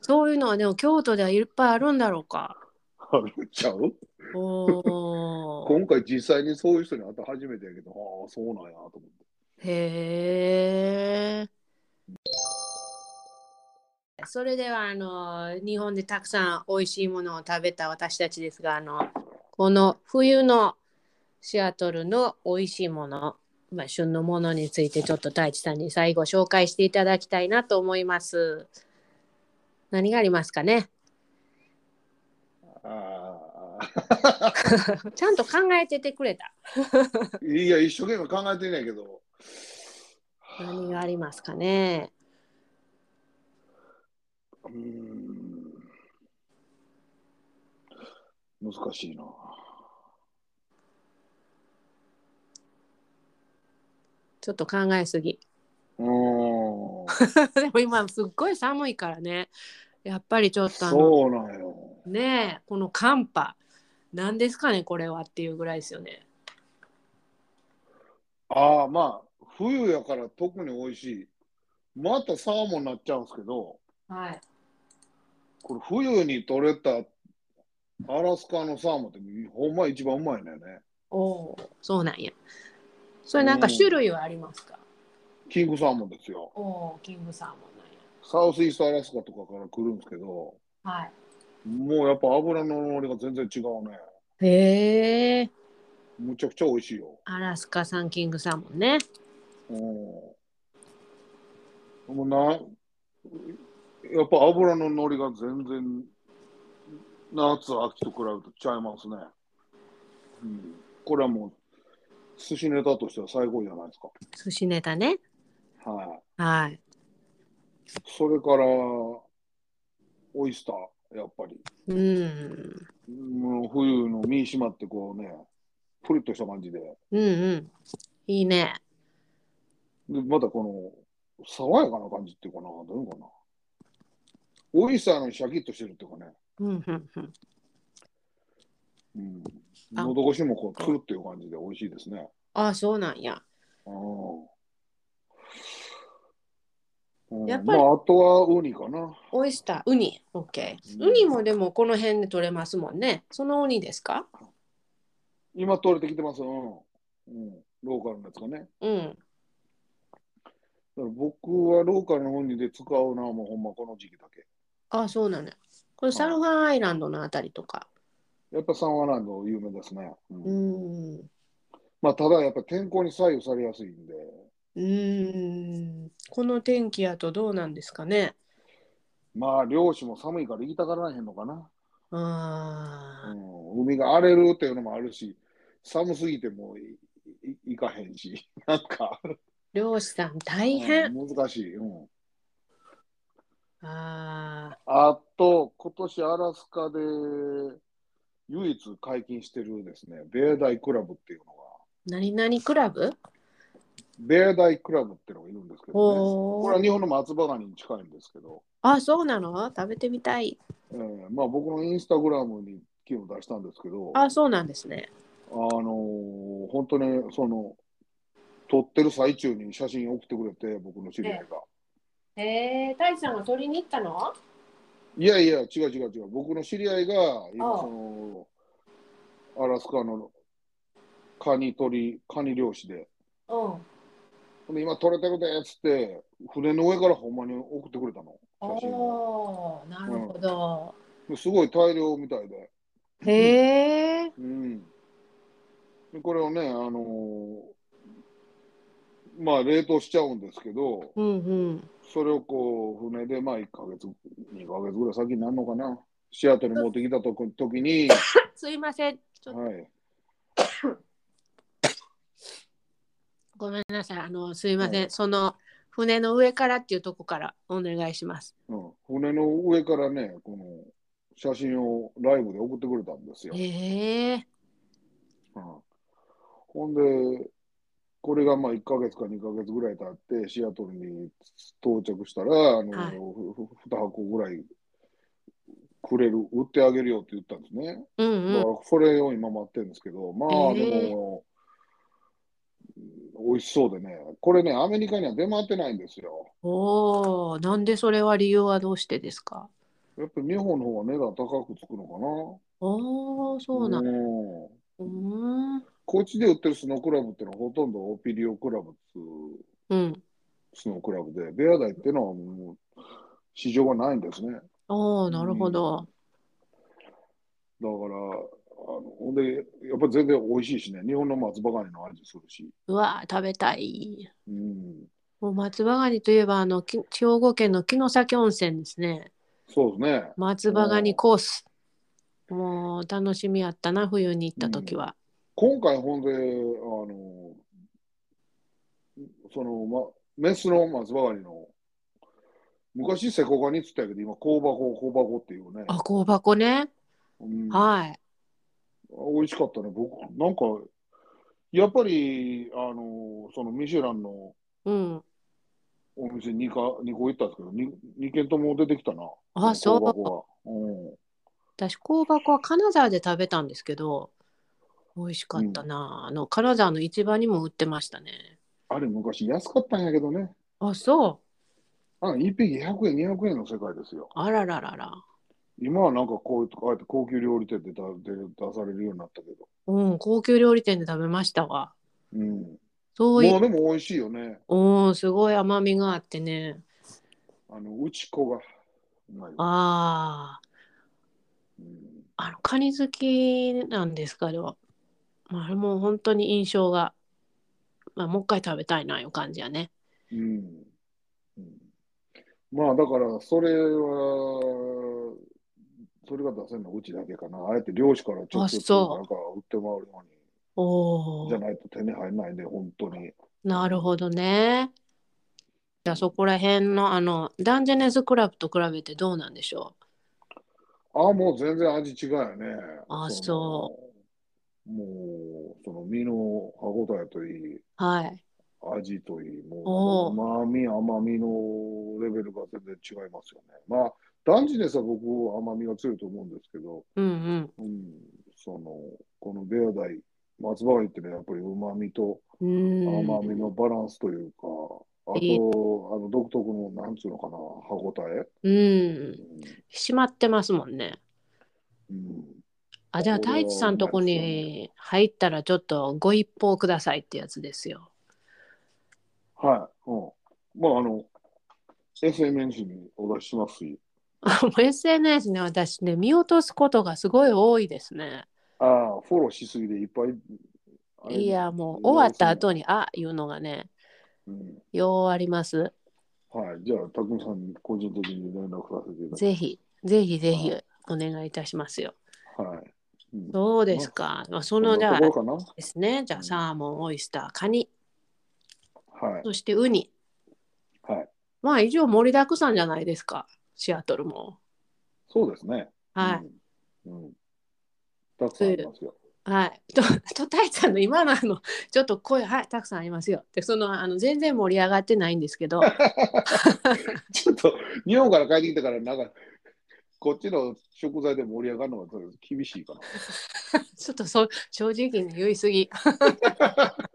Speaker 1: そういうのはでも京都ではいっぱいあるんだろうか。
Speaker 2: あるんちゃう
Speaker 1: おお。
Speaker 2: 今回実際にそういう人に会った初めてやけど、ああ、そうなんやと思って。
Speaker 1: へえ。それではあの日本でたくさん美味しいものを食べた私たちですがあのこの冬のシアトルの美味しいもの、まあ、旬のものについてちょっと大地さんに最後紹介していただきたいなと思います。何がありますかね
Speaker 2: あ
Speaker 1: ちゃんと考えててくれた。
Speaker 2: あ、いや、一生懸命考えてんやけど。
Speaker 1: 何がありますかね
Speaker 2: うーん難しいな。
Speaker 1: ちょっと考えすぎ。
Speaker 2: うーん。
Speaker 1: でも今すっごい寒いからねやっぱりちょっとあの
Speaker 2: そうなんよ。
Speaker 1: ねえこの寒波何ですかねこれはっていうぐらいですよね
Speaker 2: ああ、まあ、冬やから特に美味しい。またサーモンになっちゃうんですけど、
Speaker 1: はい
Speaker 2: これ冬に取れたアラスカのサーモンってほんま一番うまいのよね。
Speaker 1: おおそうなんやそれなんか種類はありますか
Speaker 2: キングサーモンですよ。
Speaker 1: おおーキングサーモンなんや
Speaker 2: サウスイーストアラスカとかから来るんですけど、
Speaker 1: は
Speaker 2: もうやっぱ油の乗りが全然違うね。
Speaker 1: いへえ
Speaker 2: むちゃくちゃ美味しいよ。
Speaker 1: アラスカ産キングサーモンね
Speaker 2: うん。もうな、やっぱ油の乗りが全然夏、秋と比べるとちゃいますね。うん、これはもう寿司ネタとしては最高じゃないです
Speaker 1: 寿司ネタね
Speaker 2: か。はい。
Speaker 1: はい
Speaker 2: それから、オイスター、やっぱり。
Speaker 1: うん
Speaker 2: もう冬の身締まってこうね、プリッとした感じで。
Speaker 1: うんうんいいね
Speaker 2: でまたこの、爽やかな感じっていうかな、どういうのかな。オイスターのシャキッとしてるっていうかね、
Speaker 1: うんうんうん
Speaker 2: うん、
Speaker 1: あ
Speaker 2: 喉越しもこう、つるっていう感じで美味しいですね。
Speaker 1: ああそうなんや。
Speaker 2: うんうん
Speaker 1: やっぱり
Speaker 2: まあ、あとはウニかな。
Speaker 1: オイスター、ウニ。オッケ
Speaker 2: う
Speaker 1: ー。
Speaker 2: ん
Speaker 1: ウニもでもこの辺で取れますもんね。そのウニですか
Speaker 2: 今取れてきてます。うん。うん、ローカルのやつかね。
Speaker 1: うん。
Speaker 2: だから僕はローカルの本にで使うのはもうほんまこの時期だけ。
Speaker 1: ああそうなのよ。これサルファンアイランドのあたりとか。
Speaker 2: やっぱサンワランド有名ですね。うん
Speaker 1: うん。う
Speaker 2: まあただやっぱ天候に左右されやすいんで、
Speaker 1: ーん。この天気やとどうなんですかね。
Speaker 2: まあ漁師も寒いから行きたがらへんのかな。う
Speaker 1: あ
Speaker 2: ん、海が荒れるっていうのもあるし、寒すぎてもういい行かへんし、 なんか、
Speaker 1: ー漁師さん大変。
Speaker 2: うん難しい。うん、
Speaker 1: あ
Speaker 2: あと、今年アラスカで唯一解禁してるですね、米大クラブっていうのが、
Speaker 1: ー何々クラブ
Speaker 2: 米大クラブっていうのがいるんですけどね。
Speaker 1: お
Speaker 2: これ
Speaker 1: ー
Speaker 2: は日本の松葉ガニに近いんですけど、
Speaker 1: あそうなの食べてみたい。
Speaker 2: えーまあ、僕のインスタグラムに昨日出したんですけど、あ
Speaker 1: あそうなんですね。
Speaker 2: のー本当にその撮ってる最中に写真送ってくれて、僕の知り合いが。
Speaker 1: えー、大地さんが取りに行ったの
Speaker 2: いやいや、違う違う違う、僕の知り合いが
Speaker 1: あ
Speaker 2: 今
Speaker 1: あ
Speaker 2: そのアラスカのカニ取り、カニ漁師で、
Speaker 1: うん。
Speaker 2: ほんで今取れてるでっつって、船の上からほんまに送ってくれたの、写真を
Speaker 1: おお、なるほど。
Speaker 2: ですごい大量みたいで。
Speaker 1: へえ。
Speaker 2: うん、でこれをね、あのーまあ冷凍しちゃうんですけど、
Speaker 1: うんうん。
Speaker 2: それをこう船でまあ1ヶ月、2ヶ月ぐらい先になるのかな、シアトルに持ってきたとこ時 に、
Speaker 1: すいません。ちょっと
Speaker 2: はい、
Speaker 1: ごめんなさい。あの、すいません。その船の上からっていうとこからお願いします。
Speaker 2: うん、船の上からね、この写真をライブで送ってくれたんですよ。
Speaker 1: へえ。
Speaker 2: うん、ほんで、これがまあ1ヶ月か2ヶ月ぐらい経って、シアトルに到着したら、あの
Speaker 1: はい
Speaker 2: ふふ2箱ぐらいくれる、売ってあげるよって言ったんですね。
Speaker 1: うん
Speaker 2: だか
Speaker 1: うん。
Speaker 2: らそれを今待ってるんですけど、まあ
Speaker 1: えー
Speaker 2: でも、美味しそうでね、これね、アメリカには出回ってないんですよ。
Speaker 1: おお、なんでそれは理由はどうしてですか。
Speaker 2: やっぱ日本の方が値段高くつくのか
Speaker 1: おお、
Speaker 2: な。
Speaker 1: そうなの。
Speaker 2: うん
Speaker 1: うん。
Speaker 2: こっちで売ってるスノークラブってのはほとんどオピリオクラブっつう
Speaker 1: うん。
Speaker 2: スノークラブで、ベアダイっていうのはもう市場がないんですね。だか
Speaker 1: おお、なるほど。
Speaker 2: ら、あのほんで、やっぱり全然美味しいしね、日本の松葉ガニの味するし。
Speaker 1: うわー、食べたい。
Speaker 2: うん、
Speaker 1: もう松葉ガニといえば、あの、き兵庫県の城崎温泉ですね。
Speaker 2: そうですね。
Speaker 1: 松葉ガニコース。もう楽しみやったな、冬に行った時は。
Speaker 2: 今回、ほんで、あの、その、ま、メスの松葉ガニの、昔、セコガニって言ったけど、今、香箱、香箱っていうね。
Speaker 1: あ、香箱ね。
Speaker 2: うん
Speaker 1: はい。
Speaker 2: 美味しかったね。僕、なんか、やっぱり、あの、その、ミシュランの
Speaker 1: うん。
Speaker 2: お店2か、2個行ったんですけど、2, 二軒とも出てきたな。
Speaker 1: あ、そ
Speaker 2: 香箱
Speaker 1: う。
Speaker 2: がうん。
Speaker 1: 私、香箱は金沢で食べたんですけど、美味しかったな。あの、金沢の市場にも売ってましたね。
Speaker 2: あれ、昔安かったんやけどね。
Speaker 1: あ、そう。
Speaker 2: あの、1匹100円、200円の世界ですよ。
Speaker 1: あらららら。
Speaker 2: 今はなんかこういうとこ、あえて高級料理店で出出されるようになったけど。
Speaker 1: うん、高級料理店で食べましたわ。
Speaker 2: うん。
Speaker 1: そうい
Speaker 2: もう
Speaker 1: う、
Speaker 2: でも美味しいよね。
Speaker 1: うん、すごい甘みがあってね。
Speaker 2: あの、うち子が。うまいわ
Speaker 1: ああ、
Speaker 2: うん
Speaker 1: あの、カニ好きなんですけど、まあ、あれも本当に印象が、まあ、もう一回食べたいな、いう感じやね。
Speaker 2: うんうんまあだからそれはそれが出せるのはうちだけかなあえて漁師から直
Speaker 1: あ
Speaker 2: 接
Speaker 1: そう
Speaker 2: なんか売って回るよう
Speaker 1: お
Speaker 2: にじゃ
Speaker 1: お、
Speaker 2: ないと手に入らないね本当に
Speaker 1: なるほどね。じゃあそこら辺のあのダンジェネスクラブと比べてどうなんでしょ
Speaker 2: ああもう全然味違うよね
Speaker 1: あ。
Speaker 2: うもうその身の歯ごたえといいう
Speaker 1: はい。
Speaker 2: 味といいも
Speaker 1: お
Speaker 2: ううまみ甘みのレベルが全然違いますよねまあダンジネスは僕は甘みが強いと思うんですけど、
Speaker 1: うんうん
Speaker 2: うん、その、このベアダイ、松葉貝ってね、やっぱり旨味と
Speaker 1: う
Speaker 2: 甘
Speaker 1: ん
Speaker 2: みのバランスというか、あ
Speaker 1: いい
Speaker 2: と、あの独特の、なんつうのかな、歯ごたえ。
Speaker 1: うん閉まってますもんね
Speaker 2: うん、
Speaker 1: あじゃあ
Speaker 2: これは
Speaker 1: 太一さんとこ
Speaker 2: うまいです
Speaker 1: に入ったらちょっとご一報くださいってやつですよ
Speaker 2: はい。うん。まあ、あの、SMNC にお出ししますし、
Speaker 1: あもう SNS ね私ね見落とすことがすごい多いですね
Speaker 2: ああ、フォローしすぎでいっぱい。あれ
Speaker 1: い、やもう終わった後にあいうのがね
Speaker 2: うん。
Speaker 1: ようあります
Speaker 2: はい。じゃあ、たくみさんに個人的に連絡させていただき
Speaker 1: ぜひぜひぜひ
Speaker 2: は
Speaker 1: お願いいたしますよ
Speaker 2: ます。はい。うん、
Speaker 1: どうですか、まあ、その
Speaker 2: ん
Speaker 1: じゃ
Speaker 2: な
Speaker 1: あ
Speaker 2: ところ
Speaker 1: ですねじゃ
Speaker 2: う
Speaker 1: あ
Speaker 2: ん
Speaker 1: サーモンオイスターカニ
Speaker 2: かなはい。
Speaker 1: そしてウニ
Speaker 2: はい。
Speaker 1: まあ以上盛りだくさんじゃないですかシアトルも
Speaker 2: そうですね。
Speaker 1: はい、
Speaker 2: い。うん。たくさんありますよ。
Speaker 1: はい。 と、と、たいちゃんの今のあの、ちょっと声、はい、たくさんありますよ。で、その、あの、全然盛り上がってないんですけ ど、
Speaker 2: ちょっと日本から帰ってきたから、なんか、こっちの食材で盛り上がるのがちょっと厳しいかな。
Speaker 1: ちょっとそう、正直に言い過ぎ。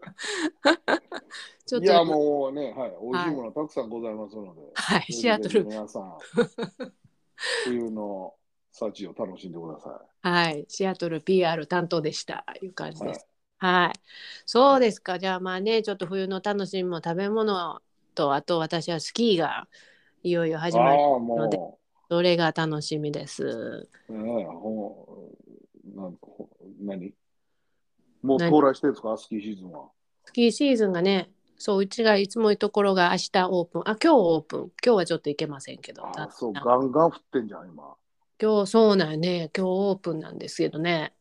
Speaker 1: ちょっ
Speaker 2: いや、
Speaker 1: と、
Speaker 2: もうね、はい、美味しいものたくさんございますので、
Speaker 1: はい、
Speaker 2: ぜひ
Speaker 1: シアトル
Speaker 2: ぜひ、皆さん、冬の幸を楽しんでくださ
Speaker 1: はい、シアトル PR 担当でした、いう感じ
Speaker 2: い。は
Speaker 1: で
Speaker 2: い
Speaker 1: す。、はい。そうですか。じゃあまあね、ちょっと冬の楽しみも食べ物と、あと私はスキーがいよいよ始
Speaker 2: あ
Speaker 1: ま
Speaker 2: あ
Speaker 1: る。、
Speaker 2: も
Speaker 1: それが楽しみです。
Speaker 2: う、ねえ、ほん、なんほ何もう
Speaker 1: 何
Speaker 2: 到来してるんですか、スキーシーズンは。
Speaker 1: スキーシーズンがね、そう、うちがいつもいうところが明日オープン、あ、今日オープン、今日はちょっと行けませんけど、
Speaker 2: あ
Speaker 1: た
Speaker 2: あ、そう、
Speaker 1: な
Speaker 2: ガンガン降ってんじゃん、今。
Speaker 1: 今日そうなんよね、今日オープンなんですけどね、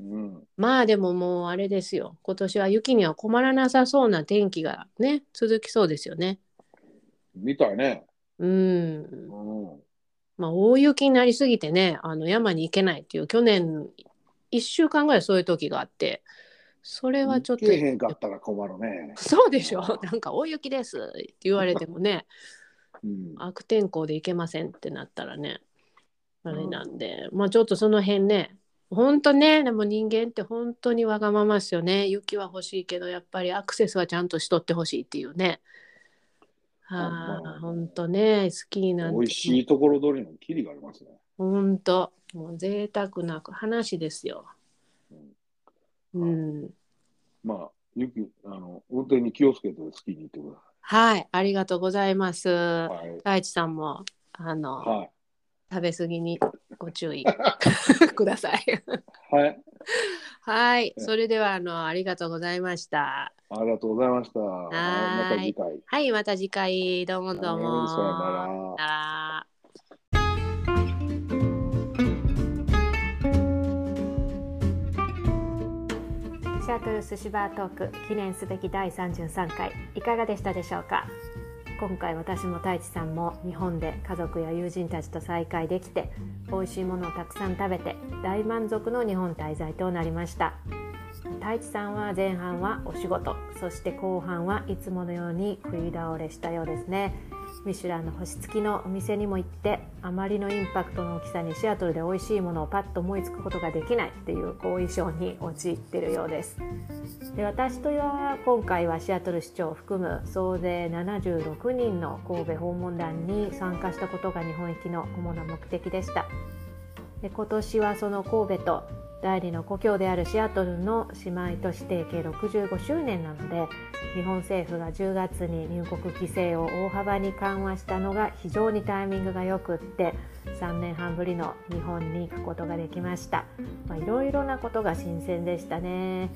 Speaker 2: うん。
Speaker 1: まあでももうあれですよ、今年は雪には困らなさそうな天気がね、続きそうですよね。
Speaker 2: みたいね。
Speaker 1: うん
Speaker 2: う、ん。
Speaker 1: まあ大雪になりすぎてね、あの山に行けないっていう、去年1週間ぐらいそういう時があって、それはちょっと
Speaker 2: 行け、へんかったら困るね。
Speaker 1: そうでしょ、なんか大雪ですって言われてもね。
Speaker 2: うん。
Speaker 1: 悪天候で行けませんってなったらねあれなんで、まあちょっとその辺ね本当ねでも人間って本当にわがままですよね雪は欲しいけどやっぱりアクセスはちゃんとしとってほしいっていうねあ
Speaker 2: まあ
Speaker 1: あ本当ねスキーなんて
Speaker 2: 美味しいところ取りのキリがありますね。
Speaker 1: 本当もう贅沢な話ですようん
Speaker 2: まあ、ゆき、あの、運転に気をつけてスキーに行ってくだ
Speaker 1: はいありがとうございます、
Speaker 2: さい。はい。
Speaker 1: 大地さんもあの、
Speaker 2: は
Speaker 1: 食べ過ぎにご注 意ください
Speaker 2: い。はい。
Speaker 1: はい、
Speaker 2: うん
Speaker 1: それではあのありがとうございました。
Speaker 2: ありがとうございました。はい
Speaker 1: ーい
Speaker 2: また次回。
Speaker 1: はい、また次回どうもどう
Speaker 2: は
Speaker 1: も。
Speaker 2: いさよなら
Speaker 1: さよなら。
Speaker 3: シアトル寿司バートーク記念すべき第33回いかがでしたでしょうか今回私も太一さんも日本で家族や友人たちと再会できて美味しいものをたくさん食べて大満足の日本滞在となりました太一さんは前半はお仕事そして後半はいつものように食い倒れしたようですねミシュランの星付きのお店にも行ってあまりのインパクトの大きさにシアトルで美味しいものをパッと思いつくことができないっていう後遺症に陥っているようですで私とは今回はシアトル市長を含む総勢76人の神戸訪問団に参加したことが日本行きの主な目的でしたで今年はその神戸と第二の故郷であるシアトルの姉妹都市提携65周年なので日本政府が10月に入国規制を大幅に緩和したのが非常にタイミングがよくって3年半ぶりの日本に行くことができました、まあ、いろいろなことが新鮮でしたね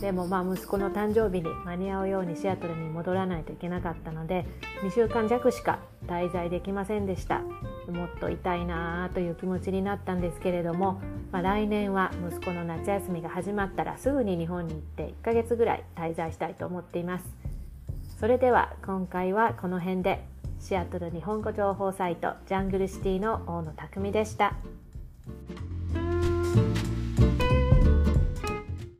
Speaker 3: でもまあ息子の誕生日に間に合うようにシアトルに戻らないといけなかったので2週間弱しか滞在できませんでしたもっといたいなあという気持ちになったんですけれども、まあ、来年は息子の夏休みが始まったらすぐに日本に行って1ヶ月ぐらい滞在したいと思っていますそれでは今回はこの辺でシアトル日本語情報サイトジャングルシティの大野匠でした